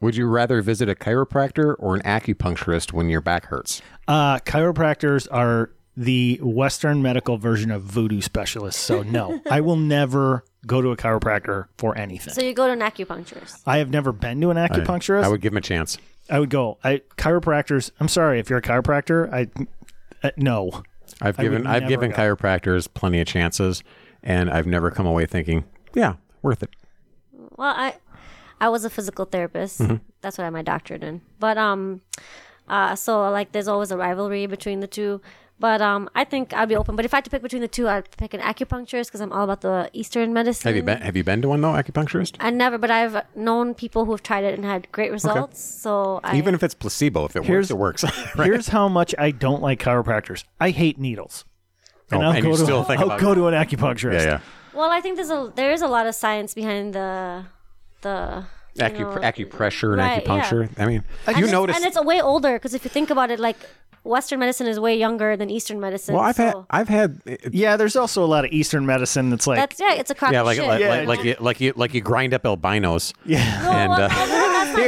would you rather visit a chiropractor or an acupuncturist when your back hurts?
Uh, chiropractors are the Western medical version of voodoo specialists. So
(laughs)
no, I will never go to a chiropractor for anything.
So you go to an acupuncturist.
I have never been to an acupuncturist.
I would give him a chance.
go. I chiropractors. I'm sorry if you're a chiropractor. I uh, no.
I've
I would
given I've
never
given
go.
chiropractors plenty of chances, and I've never come away thinking, yeah, worth it.
Well, I I was a physical therapist.
Mm-hmm.
That's what I had my doctorate in. But um uh so like there's always a rivalry between the two. But um I think I'd be open. But if I had to pick between the two, I'd pick an acupuncturist because I'm all about the Eastern medicine.
Have you been Have you been to one though, acupuncturist?
I never, but I've known people who have tried it and had great results. So I
Even if it's placebo, if it
Here's- (laughs)
works, it works. right?
Here's how much I don't like chiropractors. I hate needles.
Oh, and you
to
still think
I'll
about
go
it.
to an acupuncturist.
Yeah,
well, I think there's a there is a lot of science behind the the
yeah.
you know,
Acup- acupressure and
right, yeah.
acupuncture. I mean,
And
you
it's-
notice.
and it's a way older because if you think about it, like Western medicine is way younger than Eastern medicine.
well, I've had
so
I've had
Yeah, there's also a lot of Eastern medicine that's like
that's yeah, it's a crock
yeah,
of
like
shit.
like,
Yeah,
like like you like you like you grind up albinos.
yeah.
no,
and,
well, no, no,
uh,
that's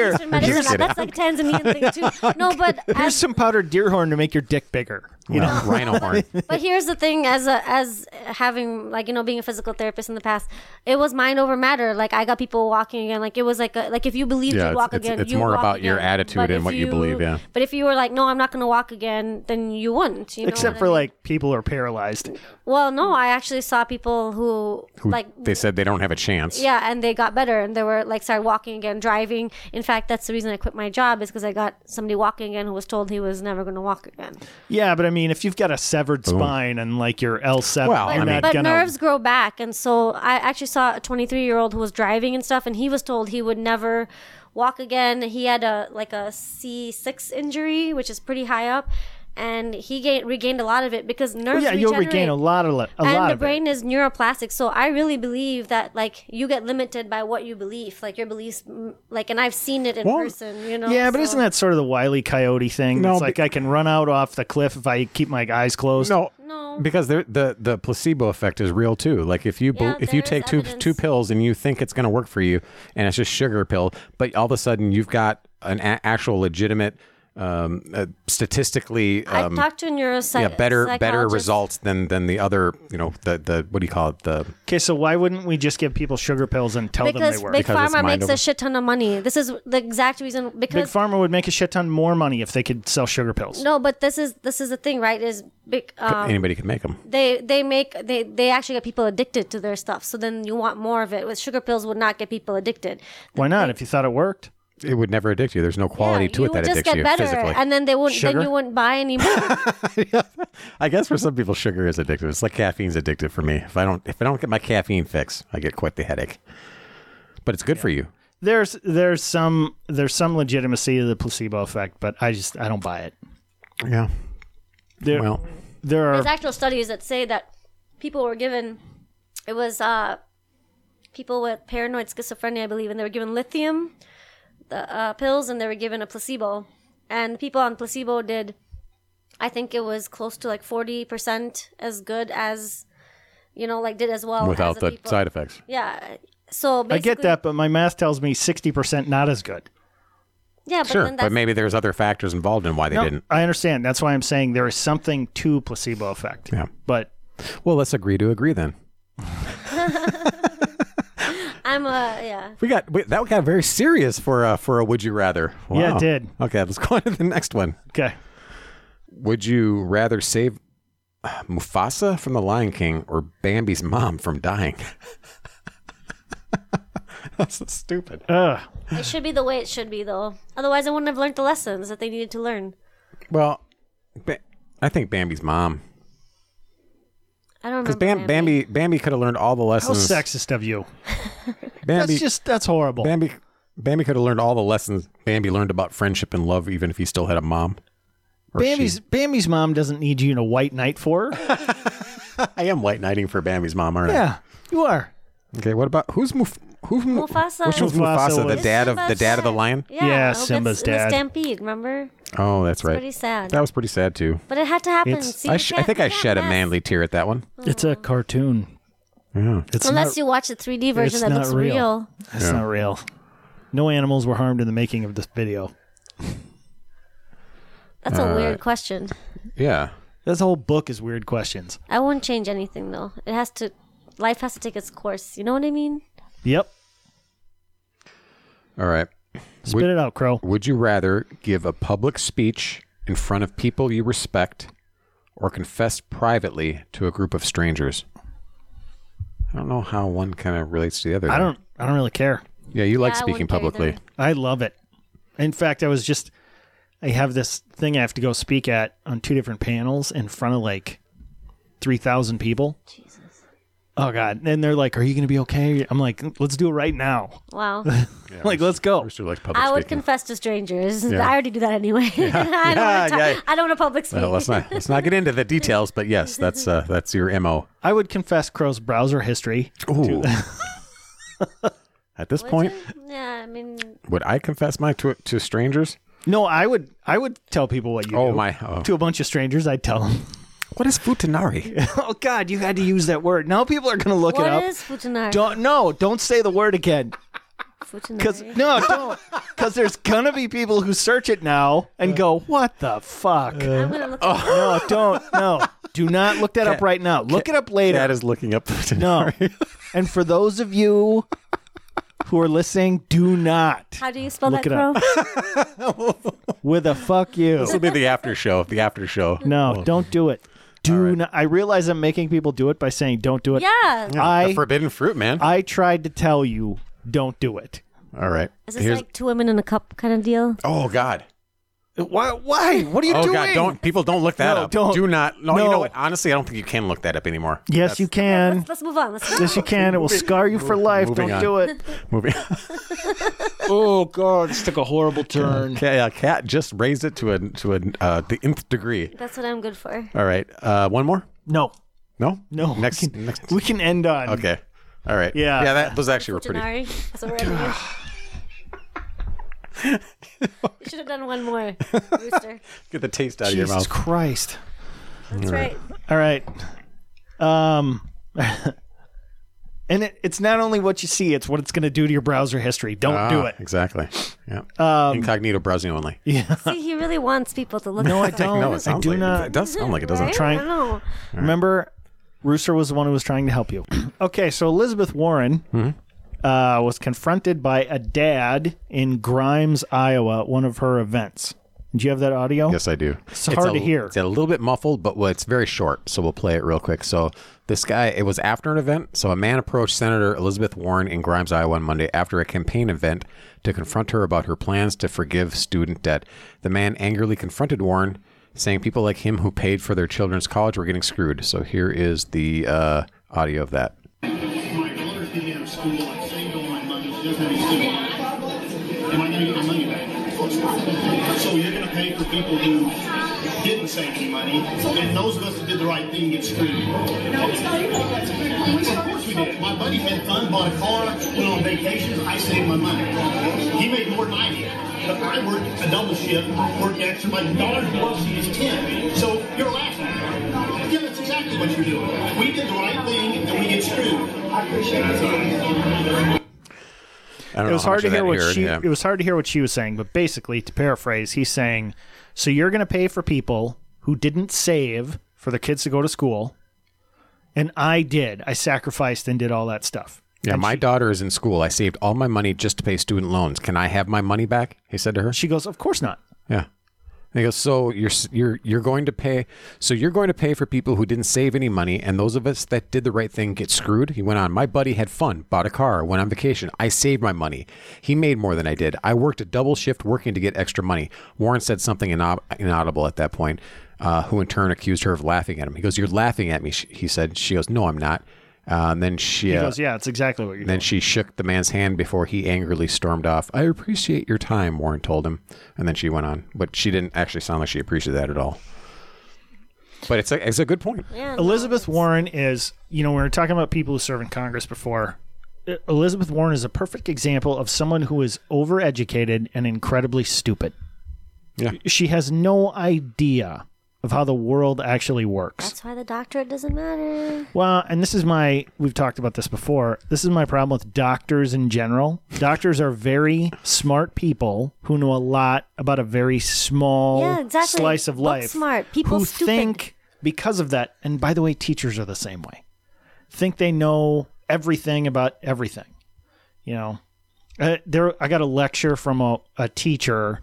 not Eastern medicine.
here's-
that's like Tanzanian thing too.
(laughs)
No, but
Here's
as,
some powdered deer horn to make your dick bigger. You know,
Well, (laughs) rhino horn.
but here's the thing: as a as having like you know being a physical therapist in the past, it was mind over matter. Like I got people walking again. Like it was like a, like if you believed
Yeah,
you
it's-
walk
it's-
again,
it's
you
more
walk
about your
again.
attitude
But
and
if
what you believe, yeah.
But if you were like, no, I'm not going to walk again, then you wouldn't. You know
except
what I
for
mean?
like people who are paralyzed.
Well, no, I actually saw people who,
who
like
they said they don't have a chance.
yeah, and they got better and they were like started walking again, driving. In fact, that's the reason I quit my job is because I got somebody walking again who was told he was never going to walk again.
Yeah, but I mean, if you've got a severed spine and like your L seven,
Well,
you're
I mean-
not
But
gonna.
nerves grow back, and so I actually saw a 23 year old who was driving and stuff, and he was told he would never walk again. He had a like a C6 injury, which is pretty high up, and he gained, regained a lot of it because
Well,
nerves.
Oh, yeah, you'll
regenerate.
regain a lot of li- a
and
lot
the
of
brain
it.
is neuroplastic so i really believe that like you get limited by what you believe like your beliefs mm, like and i've seen it in
Well,
person you know
Yeah, but
so-
isn't that sort of the wily coyote thing?
No,
it's like
be-
I can run out off the cliff if I keep my eyes closed.
No,
No.
because there- the the placebo effect is real too. Like if you bel-
Yeah,
if you
there is
take two
evidence.
two pills and you think it's going to work for you, and it's just sugar pill, but all of a sudden you've got an a- actual legitimate, um, uh, statistically,
i
um,
talked to a neuroscientist
yeah, better better results than than the other. You know, the the what do you call it? The
Okay, so why wouldn't we just give people sugar pills and tell them
because
they work?
big
Because it's
pharma
mind
makes
over-
a shit ton of money this is the exact reason
Big
because
pharma would make a shit ton more money if they could sell sugar pills.
no but this is this is the thing right is big um,
anybody can make them.
they they make they they actually get people addicted to their stuff so then you want more of it with sugar pills would not get people addicted
Why not? If you thought it worked,
It would never addict you. There's no quality
Yeah,
to
you
it that
would just
addicts
get
you
better
physically.
and then they wouldn't
Sugar?
then you wouldn't buy anymore
I guess for some people, sugar is addictive. It's like caffeine's addictive for me. If I don't if I don't get my caffeine fix, I get quite the headache. But it's good for you.
there's there's some there's some legitimacy to the placebo effect, but I just I don't buy it.
Yeah.
There
Well,
there are
there's actual studies that say that people were given it was uh people with paranoid schizophrenia i believe and they were given lithium the uh, pills and they were given a placebo and people on placebo did i think it was close to like 40% as good as you know like did Oh, as well
without
as
the
people.
side effects.
yeah so
I
basically,
get that, but my math tells me sixty percent not as good.
yeah but
Sure,
then
but,
that's
maybe there's other factors involved in why they
No,
didn't.
I understand. That's why I'm saying there is something to placebo effect.
Yeah.
But
Well, let's agree to agree then.
i'm a yeah
We got wait, that got very serious for a, for a would you rather.
Yeah, it
Wow.
did.
(laughs) Okay, let's go on to the next one.
okay.
Would you rather save uh, Mufasa from the Lion King or Bambi's mom from dying? (laughs) That's so stupid.
Ugh.
It should be the way it should be, though. Otherwise, I wouldn't have learned the lessons that they needed to learn.
Well, ba- I think Bambi's mom
I don't
because
know.
Bam- Bambi Bambi could have learned all the
How
lessons.
sexist of you.
Bambi
That's just that's horrible.
Bambi Bambi could have learned all the lessons Bambi learned about friendship and love, even if he still had a mom. Or she.
Bambi's Bambi's mom doesn't need you in a white knight for her.
I am white knighting for Bambi's mom, aren't
yeah, you are.
I? Okay. What about who's Muf- who?
Mufasa.
Which one's
Mufasa
Mufasa? The
was-
dad of the
Simba's
dad of the
dad.
lion.
Yeah,
Yeah,
I hope it's
Simba's
in the
dad.
Stampede, remember?
Oh, that's right.
Pretty sad.
That was pretty sad too.
but it had to happen.
It's-
See,
I,
you
sh- I
can't-
think
you
I
can't
shed a
mess.
manly tear at that one.
It's a cartoon.
Yeah.
It's
Unless
not,
you watch the 3D
it's
version that
not
looks
real.
real.
That's not real. No animals were harmed in the making of this video.
That's a weird question.
Yeah.
This whole book is weird questions.
I won't change anything though. It has to. Life has to take its course. You know what I mean?
Yep.
All right.
Spit it out, Crow.
Would you rather give a public speech in front of people you respect or confess privately to a group of strangers? I don't know how one kind of relates to the other.
I
there.
don't I don't really care.
Yeah, you like
Yeah, I
speaking
wouldn't care
publicly.
either.
I love it. In fact, I was just I have this thing I have to go speak at on two different panels in front of like 3,000 people.
Jesus.
Oh god. And they're like, "Are you going to be okay?" I'm like, "Let's do it right now." (laughs)
Wow.
like, "Let's go."
Rooster likes public
I would
speaking.
confess to strangers. (laughs) I already do that anyway. (laughs) I, don't
Yeah,
wanna talk,
yeah.
I don't want to public speak.
Well, let's not let's not get into the details, but yes,
(laughs)
that's uh, that's your mo.
I would confess Crow's browser history.
Ooh. (laughs) At this
Was
point,
it? Yeah, I mean,
would I confess my to to strangers?
No, I would I would tell people what you
Oh,
do.
my- oh.
To a bunch of strangers, I'd tell them, (laughs)
What is futanari?
"Oh god, you had to use that word." Now people are going to look
what
it up.
is futanari?
don't no, don't say the word again. (laughs) Cause
Futanari.
no, don't. Cause there's gonna be people who search it now and go, "What the fuck?"
I'm gonna look.
no, don't. No, do not look that up right now. Look it up later.
Dad is looking (laughs)
(laughs)
up
no.
futanari.
and for those of you who are listening, do not
How do you spell
Look
that,
it
bro?
up. with a fuck you.
This will be the after show. The
(laughs)
after show.
No, don't do it. Do not. I realize I'm making people do it by saying, "Don't do it."
yeah.
the
I
forbidden fruit, man.
I tried to tell you, don't do it.
All right.
Is this like two women in a cup kind of deal?
oh God.
Why? Why? What are you
oh
doing?
God. Don't people don't look that
No,
up.
don't.
Do not. No, You
No.
know what? Honestly, I don't think you can look that up
(laughs)
anymore.
Yes, you can.
Let's move on. Let's
Yes, you can. It will scar you for life.
moving
Don't
on.
do it.
(laughs) Moving.
Oh God, this took a horrible turn.
Okay, uh, Kat just raised it to a to a uh, the nth degree.
That's what I'm good for.
All right. Uh, one more.
No,
No.
no.
(laughs)
(laughs)
Next.
we can,
next.
we can end on.
Okay. All right.
Yeah.
Yeah. That was actually were pretty.
Futanari. That's what we're ending with. You should have done one
(laughs)
more, Rooster.
Get the taste out of your
Jesus
mouth.
Christ.
That's right.
All right. Um. (laughs) And it, it's not only what you see; it's what it's going to do to your browser history. Don't
Ah,
do it.
Exactly. Yeah.
Um,
Incognito browsing only.
See, he really wants people to look.
(laughs)
No, I
at something.
don't.
No, it
I
sounds
do
like
not.
it does sound like it doesn't.
Right?
Try-
I don't know.
Remember, Rooster was the one who was trying to help you. (clears throat) okay, so Elizabeth Warren
Hmm?
uh, was confronted by a dad in Grimes, Iowa, at one of her events. Do you have that audio?
Yes, I do. It's,
hard
a,
to hear.
It's a little bit muffled, but well, it's very short, so we'll play it real quick. So this guy, it was after an event. So a man approached Senator Elizabeth Warren in Grimes, Iowa, on Monday after a campaign event to confront her about her plans to forgive student debt. The man angrily confronted Warren, saying people like him who paid for their children's college were getting screwed. So here is the uh, audio of that.
My daughter's getting out of school, I'm single, my money, she doesn't have any student loan. Am I gonna get my money back? Of course not. So you're gonna pay for people who didn't save any money, and those of us who did the right thing get screwed. Of course we did. My buddy Ben Fun bought a car, went on vacation, I saved my money. He made more than I did. But I worked a double shift, worked extra, my daughter's worth is ten, so you're laughing. Yeah, that's exactly what you're doing. We did the right thing, and we get screwed. I appreciate it.
I don't
it
know
was
Oh, how
hard
much
to hear
of that
what
here,
she
yeah.
it was hard to hear what she was saying but basically to paraphrase he's saying so you're going to pay for people who didn't save for their kids to go to school and i did i sacrificed and did all that stuff
Yeah, my daughter is in school. I saved all my money just to pay student loans. Can I have my money back? He said to her.
she goes of course not
Yeah. And he goes, so you're s- you're you're going to pay, so you're going to pay for people who didn't save any money, and those of us that did the right thing get screwed. He went on. My buddy had fun, bought a car, went on vacation. I saved my money. He made more than I did. I worked a double shift working to get extra money. Warren said something inaud- inaudible at that point, uh, who in turn accused her of laughing at him. He goes, "You're laughing at me," she, he said. She goes, "No, I'm not." Uh, and then she
He
uh,
goes, yeah, it's exactly what you're
then she shook the man's hand before he angrily stormed off. I appreciate your time, Warren told him. And then she went on. But she didn't actually sound like she appreciated that at all. But it's a, it's a good point.
Yeah, no,
Elizabeth Warren is, you know, we were talking about people who serve in Congress before. E- Elizabeth Warren is a perfect example of someone who is overeducated and incredibly stupid.
Yeah.
She has no idea of how the world actually works.
That's why the doctorate doesn't matter.
Well, and this is my, we've talked about this before. This is my problem with doctors in general. Doctors are very smart people who know a lot about a very small
Yeah, exactly.
slice of
Book
life.
smart, people
who
stupid.
think because of that, and by the way, teachers are the same way. Think they know everything about everything. You know, uh, there. I got a lecture from a, a teacher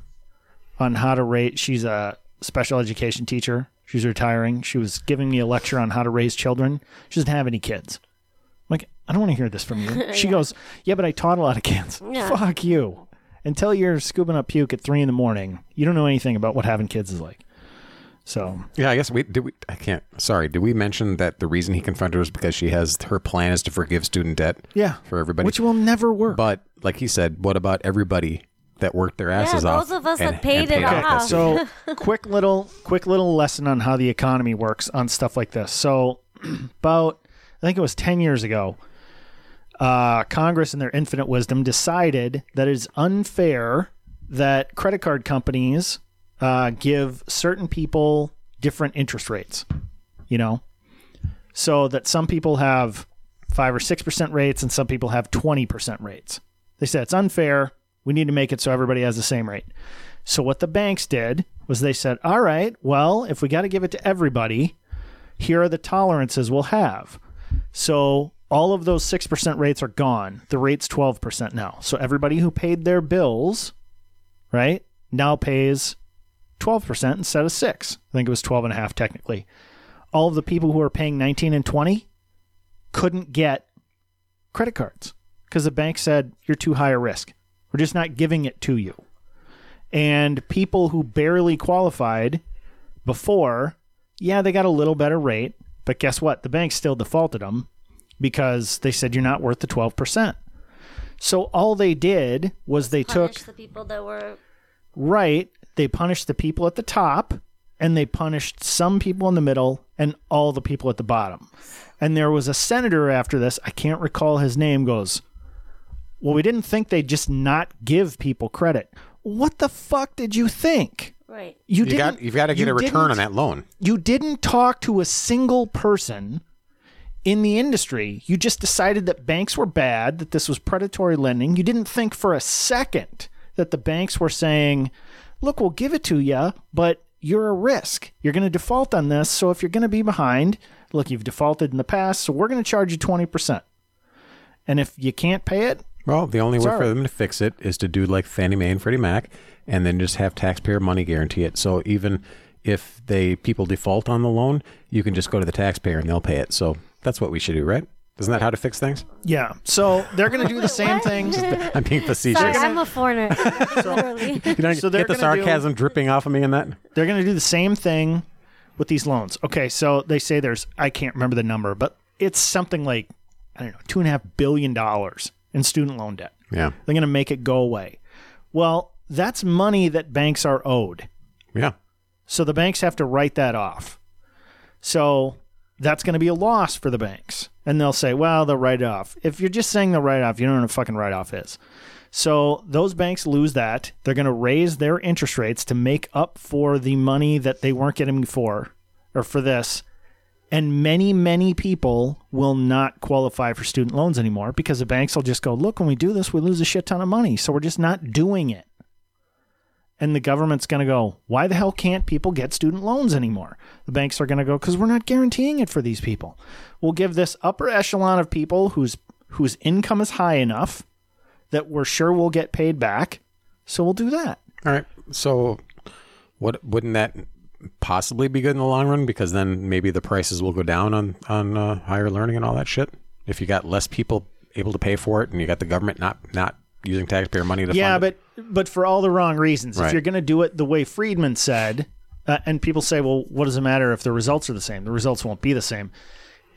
on how to raise. She's a special education teacher. She's retiring. She was giving me a lecture on how to raise children. She doesn't have any kids. I'm like, I don't want to hear this from you. She goes, Yeah, but I taught a lot of kids.
Yeah.
Fuck you. Until you're scooping up puke at three in the morning, you don't know anything about what having kids is like. So
Yeah, I guess we did. We I can't. Sorry, did we mention that the reason he confronted her was because she has her plan is to forgive student debt?
yeah,
for everybody.
which will never work.
But like he said, what about everybody that worked their asses off?
those of us that paid it
off that
off.
student
so quick little quick little lesson on how the economy works on stuff like this. So (clears throat) about I think it was ten years ago, uh, Congress in their infinite wisdom decided that it's unfair that credit card companies uh, give certain people different interest rates. You know, so that some people have five or six percent rates and some people have twenty percent rates. They said it's unfair. We need to make it so everybody has the same rate. So what the banks did was they said, "All right, well, if we got to give it to everybody, here are the tolerances we'll have." So all of those 6% rates are gone. The rate's 12% now. So everybody who paid their bills, right, now pays 12% instead of 6. I think it was 12 and a half technically. All of the people who are paying 19 and 20 couldn't get credit cards because the bank said you're too high a risk. We're just not giving it to you and people who barely qualified before, yeah, they got a little better rate, but guess what? The bank still defaulted them because they said you're not worth the 12%. So all they did was they
Punish
took
the people that were
right, they punished the people at the top and they punished some people in the middle and all the people at the bottom. And there was a senator after this, I can't recall his name, goes, Well, we didn't think they'd just not give people credit. What the fuck did you think?
right.
You,
You got,
didn't-
you've got to get
you
a return on
didn't-
that loan.
You didn't talk to a single person in the industry. You just decided that banks were bad, that this was predatory lending. You didn't think for a second that the banks were saying, look, we'll give it to you, but you're a risk. You're going to default on this. So if you're going to be behind, look, you've defaulted in the past, so we're going to charge you 20%. And if you can't pay it,
Well, the only way
Sorry.
for them to fix it is to do like Fannie Mae and Freddie Mac, and then just have taxpayer money guarantee it. So even if they people default on the loan, you can just go to the taxpayer and they'll pay it. So that's what we should do, right? Isn't that how to fix things? (laughs)
yeah. So they're going to do the same
What?
thing.
(laughs)
I'm being facetious.
Sorry, I'm a
(laughs)
foreigner. (laughs) Literally.
You know,
So they're
get the
gonna do-
sarcasm dripping off of me in that.
they're going to do the same thing with these loans. Okay, so they say there's I can't remember the number, but it's something like I don't know two and a half billion dollars in student loan debt.
Yeah,
They're going to make it go away. Well, that's money that banks are owed,
yeah.
so the banks have to write that off. So that's going to be a loss for the banks, and they'll say, well, they'll write it off. If you're just saying the write off, you don't know what a fucking write off is. So those banks lose that. They're going to raise their interest rates to make up for the money that they weren't getting before or for this. And many, many people will not qualify for student loans anymore because the banks will just go, look, when we do this, we lose a shit ton of money. So we're just not doing it. And the government's going to go, why the hell can't people get student loans anymore? The banks are going to go, because we're not guaranteeing it for these people. We'll give this upper echelon of people whose, whose income is high enough that we're sure we'll get paid back. So we'll do that.
All right. So What wouldn't that possibly be good in the long run? Because then maybe the prices will go down on on uh, higher learning and all that shit. If you got less people able to pay for it, and you got the government not not using taxpayer money to
yeah,
fund it.
but but for all the wrong reasons. If
Right.
you're going to do it the way Friedman said, uh, and people say, "Well, what does it matter if the results are the same? The results won't be the same."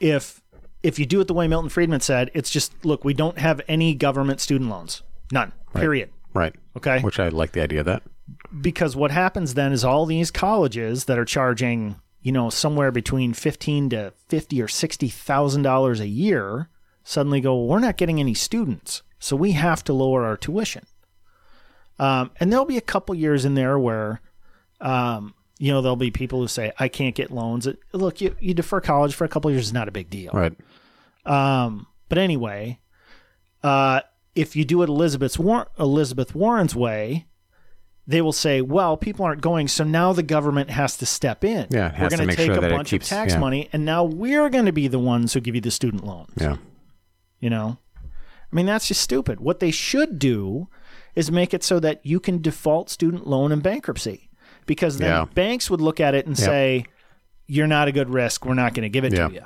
If if you do it the way Milton Friedman said, it's just look, we don't have any government student loans, none, period.
right,
Okay,
which I like the idea of that.
because what happens then is all these colleges that are charging, you know, somewhere between fifteen to fifty or sixty thousand dollars a year suddenly go, we're not getting any students, so we have to lower our tuition. Um, and there'll be a couple years in there where, um, you know, there'll be people who say, I can't get loans. It- Look, you, you defer college for a couple years is not a big deal.
Right,
Um, but anyway, uh, if you do it Elizabeth's War- Elizabeth Warren's way, they will say, "Well, people aren't going, so now the government has to step in.
Yeah, it has
we're
to
going
make
take
sure
a
that it
bunch
keeps-
of tax
yeah.
money, and now we're going to be the ones who give you the student loans."
yeah,
You know, I mean, that's just stupid. What they should do is make it so that you can default student loan in bankruptcy, because then
Yeah.
banks would look at it and
Yep.
say, "You're not a good risk. We're not going to give it
Yeah.
to you."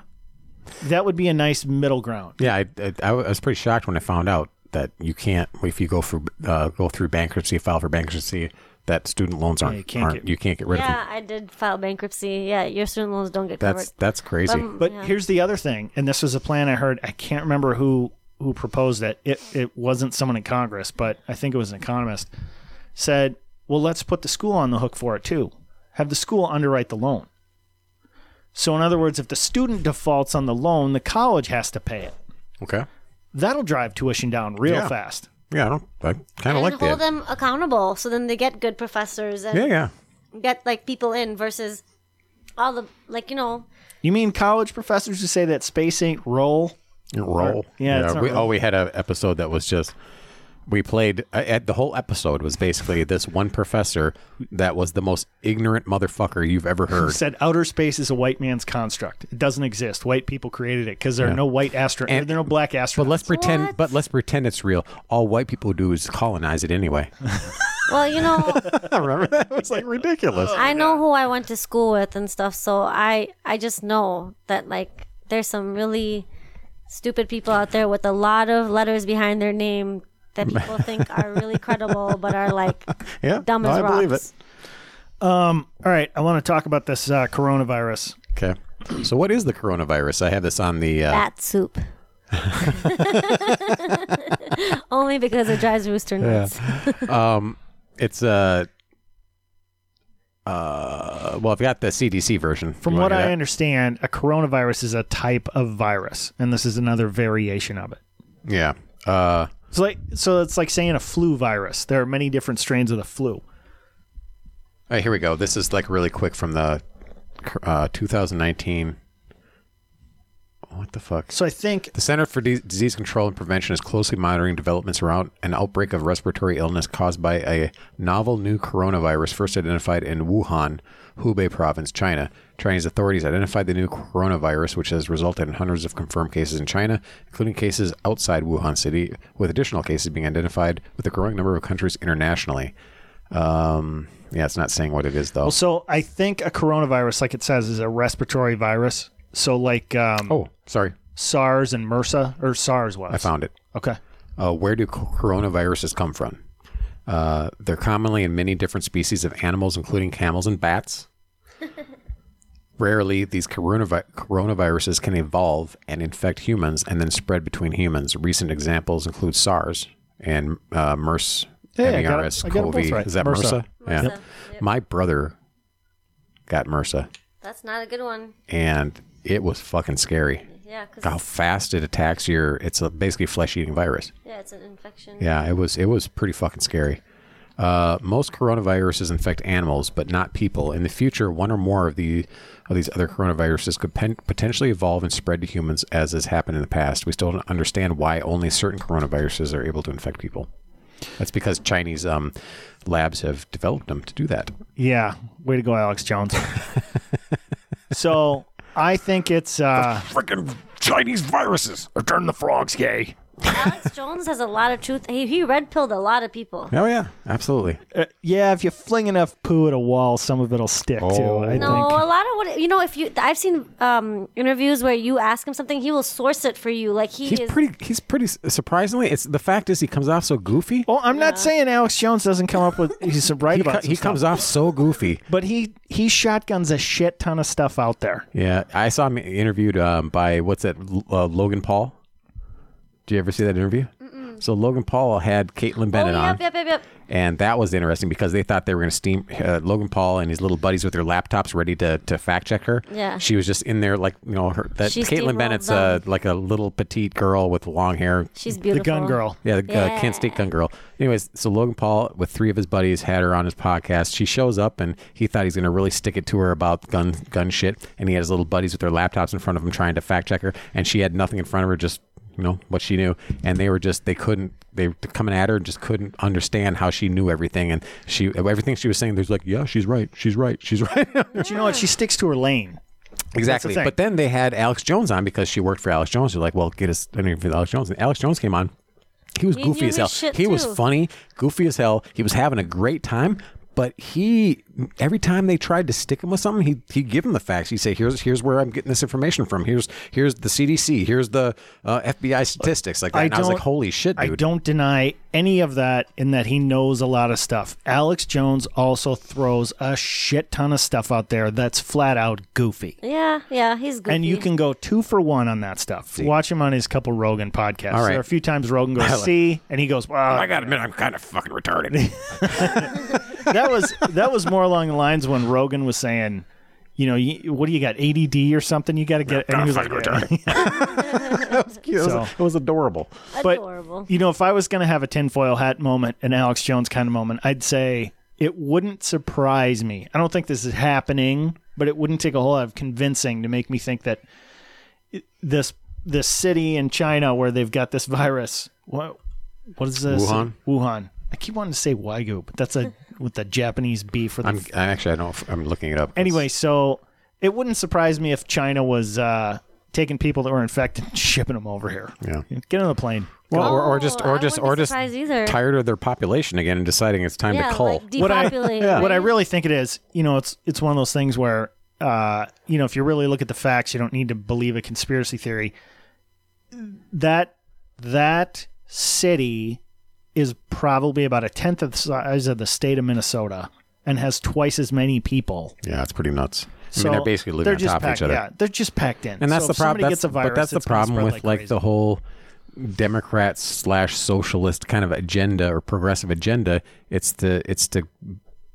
That would be a nice middle ground.
yeah. I, I, I was pretty shocked when I found out that you can't if you go for uh, go through bankruptcy, file for bankruptcy, that student loans aren't
you can't
aren't-
get-
you can't get rid of them.
Yeah, I did file bankruptcy. Yeah, your student loans don't get
That's
covered.
that's crazy.
Um,
But
yeah.
here's the other thing, and this was a plan I heard. I can't remember who who proposed it. It it wasn't someone in Congress, but I think it was an economist. Said, well, let's put the school on the hook for it too. Have the school underwrite the loan. So in other words, if the student defaults on the loan, the college has to pay it.
okay.
That'll drive tuition down real
Yeah.
fast.
Yeah, I don't. I kind of
and
like
hold
that.
them accountable, so then they get good professors and
Yeah, yeah.
get like people in versus all the like you know
You mean college professors who say that space ain't roll?
Roll.
yeah, it's not
we,
roll.
oh, we had an episode that was just we played. I, I- the whole episode was basically this one professor that was the most ignorant motherfucker you've ever heard.
Said outer space is a white man's construct. It doesn't exist. White people created it because there are no white astronauts.
And-
There are no black
But
astronauts.
(laughs) let's pretend.
What?
But let's pretend it's real. All white people do is colonize it anyway.
well you know
(laughs) I remember that. It was
(laughs)
like ridiculous.
I know who I went to school with and stuff, so I I just know that like there's some really stupid people out there with a lot of letters behind their name that
(laughs)
people think are really credible but are like
Yeah,
dumb
no,
as
I
rocks.
believe it.
Um, All right, I want to talk about this uh, coronavirus.
Okay. So what is the coronavirus? I have this on the. Uh,
Bat
(laughs)
soup. (laughs) Only because it drives rooster nuts.
um, it's Uh, uh, well, I've got the CDC version.
From
You wanna
what
hear
I
that?
understand, a coronavirus is a type of virus, and this is another variation of it.
yeah. Uh,
So, like, so it's like saying a flu virus. There are many different strains of the flu.
All right, here we go. This is like really quick from the uh, 2019. What the fuck?
So I think
The Center for Dis- Disease Control and Prevention is closely monitoring developments around an outbreak of respiratory illness caused by a novel new coronavirus first identified in Wuhan, Hubei province, China. Chinese authorities identified the new coronavirus, which has resulted in hundreds of confirmed cases in China, including cases outside Wuhan city, with additional cases being identified with a growing number of countries internationally. Um, yeah, it's not saying what it is, though.
well, so I think a coronavirus, like it says, is a respiratory virus. So like um,
Oh, sorry.
SARS and MRSA or SARS was.
I found it.
Okay.
Uh, where do co- coronaviruses come from? Uh, they're commonly in many different species of animals, including camels and bats. Rarely, these coronavi- coronaviruses can evolve and infect humans and then spread between humans. Recent examples include SARS and uh, MERS, E
Hey, I got it.
MERS,
I got it both
CoV.
right.
Is that
MRSA.
MRSA? Yeah.
Yep.
My brother got MRSA,
That's not a good one.
and it was fucking scary.
Yeah, 'cause-
How fast it attacks your. It's a basically flesh-eating virus.
yeah, it's an infection.
Yeah, it was it was pretty fucking scary. Uh, most coronaviruses infect animals, but not people. In the future, one or more of the of these other coronaviruses could pen, potentially evolve and spread to humans, as has happened in the past. We still don't understand why only certain coronaviruses are able to infect people. That's because Chinese um, labs have developed them to do that.
Yeah. Way to go, Alex
(laughs)
Jones. so I uh, think it's. Uh,
Freaking Chinese viruses are turning the frogs gay.
Alex Jones has a lot of truth. He, he red pilled a lot of people.
Oh yeah, absolutely.
Uh, yeah, if you fling enough poo at a wall, some of it'll stick
Oh.
too. I
No,
think.
a lot of what you know. If you, I've seen um, interviews where you ask him something, he will source it for you. Like he
He's
is.
pretty. He's pretty. Surprisingly, it's the fact is he comes off so goofy.
Well, I'm not saying Alex Jones doesn't come up with he's right
he,
about
co-
some
he
stuff.
comes off so goofy.
but he he shotguns a shit ton of stuff out there.
Yeah, I saw him interviewed um, by what's that? L- Uh, Logan Paul. Do you ever see that interview? So Logan Paul had Caitlyn
oh,
Bennett on,
yep, yep, yep, yep.
and that was interesting because they thought they were going to steam uh, Logan Paul and his little buddies with their laptops ready to, to fact check her.
Yeah.
she was just in there like you know her that
She
Caitlyn
steamrolled
Bennett's uh,
them.
like a little petite girl with long hair.
She's beautiful.
The gun girl.
Yeah, the Uh,
Yeah.
Kent State gun girl. Anyways, so Logan Paul with three of his buddies had her on his podcast. She shows up and he thought he's gonna really stick it to her about gun gun shit. And he had his little buddies with their laptops in front of him trying to fact check her, and she had nothing in front of her, just you know what she knew. And they were just they couldn't they were coming at her and just couldn't understand how she knew everything. And she everything she was saying, there's like yeah, she's right, she's right, she's right.
But you know what? She sticks to her lane.
Exactly.
thing.
But then they had Alex Jones on because she worked for Alex Jones. They're like, well, get us an interview with Alex Jones. And Alex Jones came on. He was
He knew
goofy
his
as hell.
shit,
He was
too.
funny, goofy as hell. He was having a great time. But he, every time they tried to stick him with something, he he give him the facts. He would say, "Here's here's where I'm getting this information from. Here's here's the CDC. Here's the uh, FBI statistics like that."
I
and I was like,
don't-
"Holy shit,
I
dude!"
don't deny any of that in that he knows a lot of stuff. Alex Jones also throws a shit ton of stuff out there that's flat out goofy.
Yeah, yeah, he's good.
And you can go two for one on that stuff. Watch him on his couple Rogan podcasts.
All right.
There are a few times
(laughs)
Rogan goes C, and he goes, "Wow,
I gotta admit, I'm kind of fucking (laughs) retarded.
that was that was more along the lines when Rogan was saying, you know, you, what do you got, ADD or something? You got to get. And he was like,
(laughs) it, was,
So-
it was adorable.
but
adorable.
you know, if I was going to have a tinfoil hat moment, an Alex Jones kind of moment, I'd say it wouldn't surprise me. I don't think this is happening, but it wouldn't take a whole lot of convincing to make me think that it- this this city in China where they've got this virus. What what is this?
Wuhan?
Wuhan. I keep wanting to say Wagyu, but that's a with the Japanese beef or the
I'm I actually I don't. know if- I'm looking it up.
Anyway, so it wouldn't surprise me if China was uh, taking people that were infected and (laughs) shipping them over here.
Yeah.
Get on the plane.
Well, or, or
Oh,
just
I
or just
wouldn't
or
be
just
surprised either.
tired of their population again and deciding it's time
yeah,
to cull.
like
What I- (laughs)
depopulate.
What I
right?
really think it is, you know, it's it's one of those things where, uh, you know, if you really look at the facts, you don't need to believe a conspiracy theory. That that city is probably about a tenth of the size of the state of Minnesota and has twice as many people.
yeah, it's pretty nuts. I
So
mean, they're basically living
they're
on
just
top of
packed,
each other,
Yeah, they're just packed in.
and that's
So
the
if somebody
problem. That's
gets a virus,
but that's the
it's gonna
problem
spread
with
like,
like
crazy.
the whole Democrat slash socialist kind of agenda or progressive agenda. It's the it's to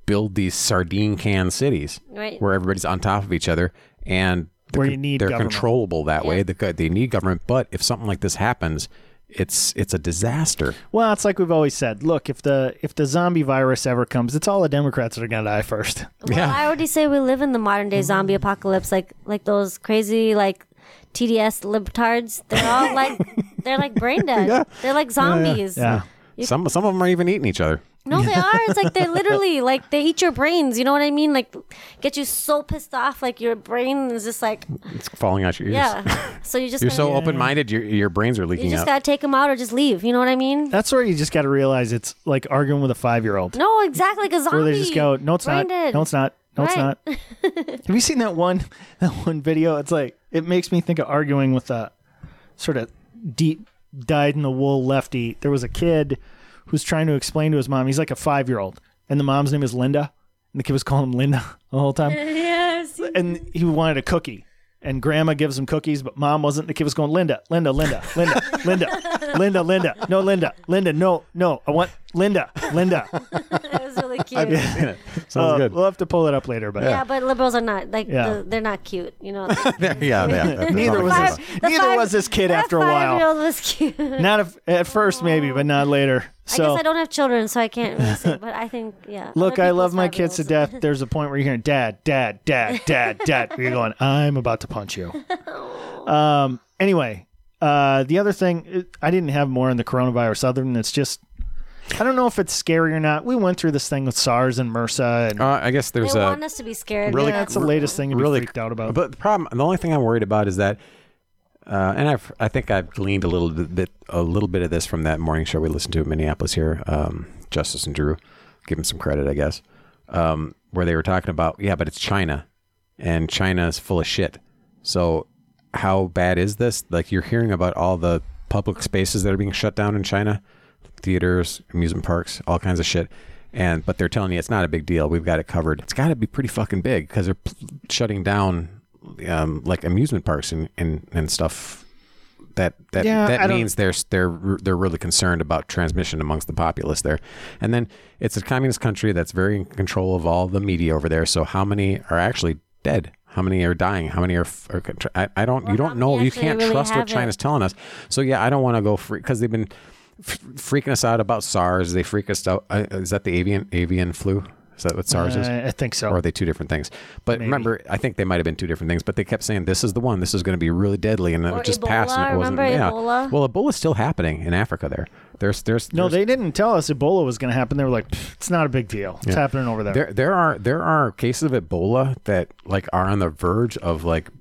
build these sardine can cities
Right.
where everybody's on top of each other and they're
Where you
con-
need
they're
government.
controllable that way. They, they need government, but if something like this happens, it's it's a disaster.
Well, it's like we've always said. Look, if the if the zombie virus ever comes, it's all the Democrats that are going to die first.
Well,
Yeah.
I already say we live in the modern day zombie apocalypse, like like those crazy like TDS libtards. They're all like they're like brain dead. They're like zombies.
Some some of them are even eating each other.
No, they are. It's like
(laughs)
they literally like they eat your brains. You know what I mean? Like get you so pissed off, like your brain is just like
It's falling out your
(laughs)
ears.
yeah. So you just
You're
gotta-
so open minded, your, your brains are
You
leaking
just
out.
gotta take them out or just leave. You know what I mean?
That's where you just got to realize it's like arguing with a five year old,
no, exactly. Like a zombie.
where they just go, "No, it's not.
Brain dead.
No,
(laughs)
it's not. No, it's
Right.
not." Have you seen that one that one video? It's like it makes me think of arguing with a sort of deep dyed in the wool lefty. There was a kid who's trying to explain to his mom. He's like a five year old, and the mom's name is Linda, and the kid was calling him Linda (laughs) the whole time.
Yes.
and he wanted a cookie. And grandma gives him cookies, but mom wasn't. The kid was going, Linda, Linda, Linda, Linda, Linda,
(laughs)
Linda, Linda, no, Linda, Linda, no, no, I want Linda, Linda.
That
(laughs)
was really cute.
Sounds
Uh,
good.
We'll have to pull it up later, but
yeah, but liberals are not like
Yeah.
the, they're not cute.
(laughs)
You know.
There- (laughs)
(laughs)
yeah, yeah. that-
neither
that
was
makes
this,
sense.
The
neither
five-
was this kid
that
after a while.
five-year-old was cute. (laughs)
Not if, at first, maybe, but not later.
I
So
guess I don't have children, so I can't really say. But I think, yeah.
(laughs) look,
other
I love
people's
my kids to
five-year-olds.
death. There's a point where you're hearing dad, dad, dad, dad, dad. You're going, I'm about to punch you. Um. Anyway, uh, the other thing it- I didn't have more on the coronavirus other than it's just I don't know if it's scary or not. We went through this thing with SARS and MRSA, and
Uh, I guess there's
They
a.
want us to be scared.
really-
yeah,
that's the latest thing to be
really-
freaked out about.
But the problem, the only thing I'm worried about is that Uh, and I've, I think I've gleaned a little bit, a little bit of this from that morning show we listened to in Minneapolis here. Um, Justice and Drew, give him some credit, I guess. Um, where they were talking about, yeah, but it's China, and China is full of shit. So how bad is this? Like you're hearing about all the public spaces that are being shut down in China, theaters, amusement parks, all kinds of shit. And but they're telling you it's not a big deal. We've got it covered. It's got to be pretty fucking big because they're p- shutting down um, like amusement parks and, and, and stuff. That that
Yeah, I
that
don't-
means they're they're they're really concerned about transmission amongst the populace there. And then it's a communist country that's very in control of all the media over there. So how many are actually dead? How many are dying? How many are? f- are contr- I, I don't.
Or
you
how
don't know.
many
You
actually
can't
really
trust
have
what
it.
China's telling us. So yeah, I don't want to go free because they've been f- freaking us out about SARS. They freak us out. Uh, is that the avian avian flu? Is that what SARS is?
Uh, I think so.
Or are they two different things? But remember, I think they might have been two different things. But they kept saying this is the one. This is going to be really deadly, and it
Or
was just
Ebola,
passed. And it wasn't.
remember
yeah.
Ebola?
Well, Ebola's still happening in Africa. There, there's, there's,
no,
there's
they didn't tell us Ebola was going to happen. They were like, "Pfft, it's not a big deal. It's happening over there.
There, there are there are cases of Ebola that like are on the verge of like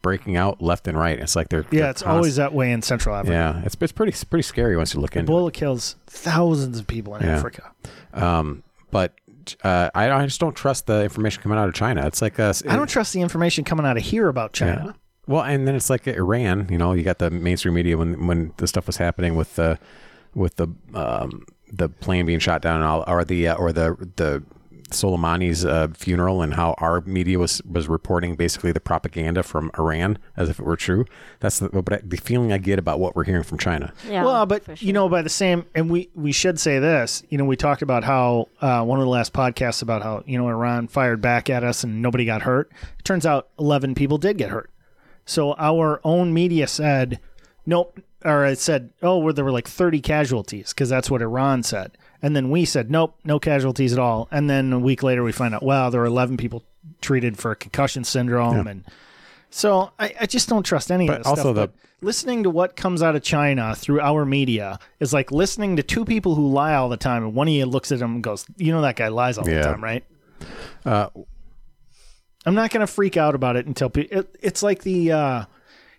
breaking out left and right. It's like they're
yeah,
they're
it's
const-
always that way in Central Africa.
yeah. It's it's pretty it's pretty scary once you look into.
Ebola kills thousands of people in
Yeah.
Africa.
it. Um, but uh, I I just don't trust the information coming out of China. It's like uh,
I don't trust the information coming out of here about China.
Yeah. Well, and then it's like Iran. You know, you got the mainstream media when when the stuff was happening with the with the um, the plane being shot down and all, or the uh, or the the Soleimani's uh, funeral and how our media was was reporting basically the propaganda from Iran as if it were true. That's the but I, the feeling I get about what we're hearing from China.
Yeah.
well, but
for
you
sure.
know, by the same, and we we should say this. You know, we talked about how uh, one of the last podcasts about how you know Iran fired back at us and nobody got hurt. It turns out eleven people did get hurt. So our own media said, nope, or it said, oh, where there were like thirty casualties because that's what Iran said, and then we said, nope, no casualties at all. And then a week later, we find out, wow, there were eleven people treated for concussion syndrome and. So I, I just don't trust any
But
of this
also
stuff.
the-
but listening to what comes out of China through our media is like listening to two people who lie all the time, and one of you looks at them and goes, "You know that guy lies all
Yeah. Uh,
the time, right?" I'm not gonna freak out about it until pe- it, it's like the uh,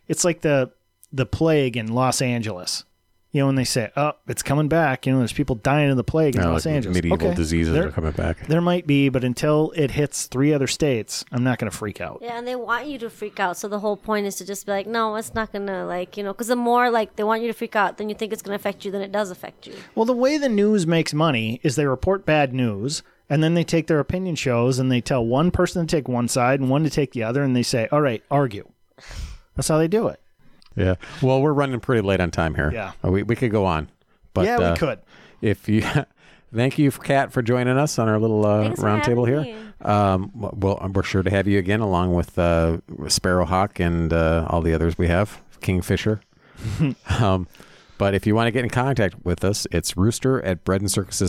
it's like the the plague in Los Angeles. You know, when they say, "Oh, it's coming back," you know, there's people dying of the plague in
You know,
Los
Oh, like
Angeles.
Uh, medieval
Okay,
diseases
there-
are coming back.
There might be, but until it hits three other states, I'm not gonna freak out.
Yeah, and they want you to freak out. So the whole point is to just be like, no, it's not gonna like you know, because the more like they want you to freak out, then you think it's gonna affect you, then it does affect you.
Well, the way the news makes money is they report bad news and then they take their opinion shows and they tell one person to take one side and one to take the other and they say, all right, argue. That's how they do it.
Yeah. Well, we're running pretty late on time here.
Yeah.
Uh, we we could go on, but
yeah,
uh,
we could.
if you (laughs) thank you kat for joining us on our little uh,
Thanks for
roundtable
having
here um, w- well we're sure to have you again along with uh, sparrowhawk and uh, all the others we have kingfisher um, but if you want to get in contact with us it's rooster at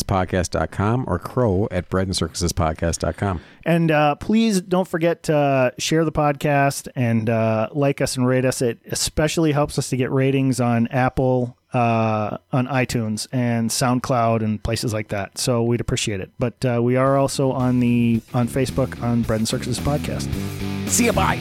breadandcircusespodcast.com or crow at breadandcircusespodcast.com
And uh, please don't forget to uh, share the podcast and uh, like us and rate us. It especially helps us to get ratings on Apple, uh, on iTunes, and SoundCloud, and places like that. So we'd appreciate it. But uh, we are also on the on Facebook on Bread and Circuses podcast.
see you bye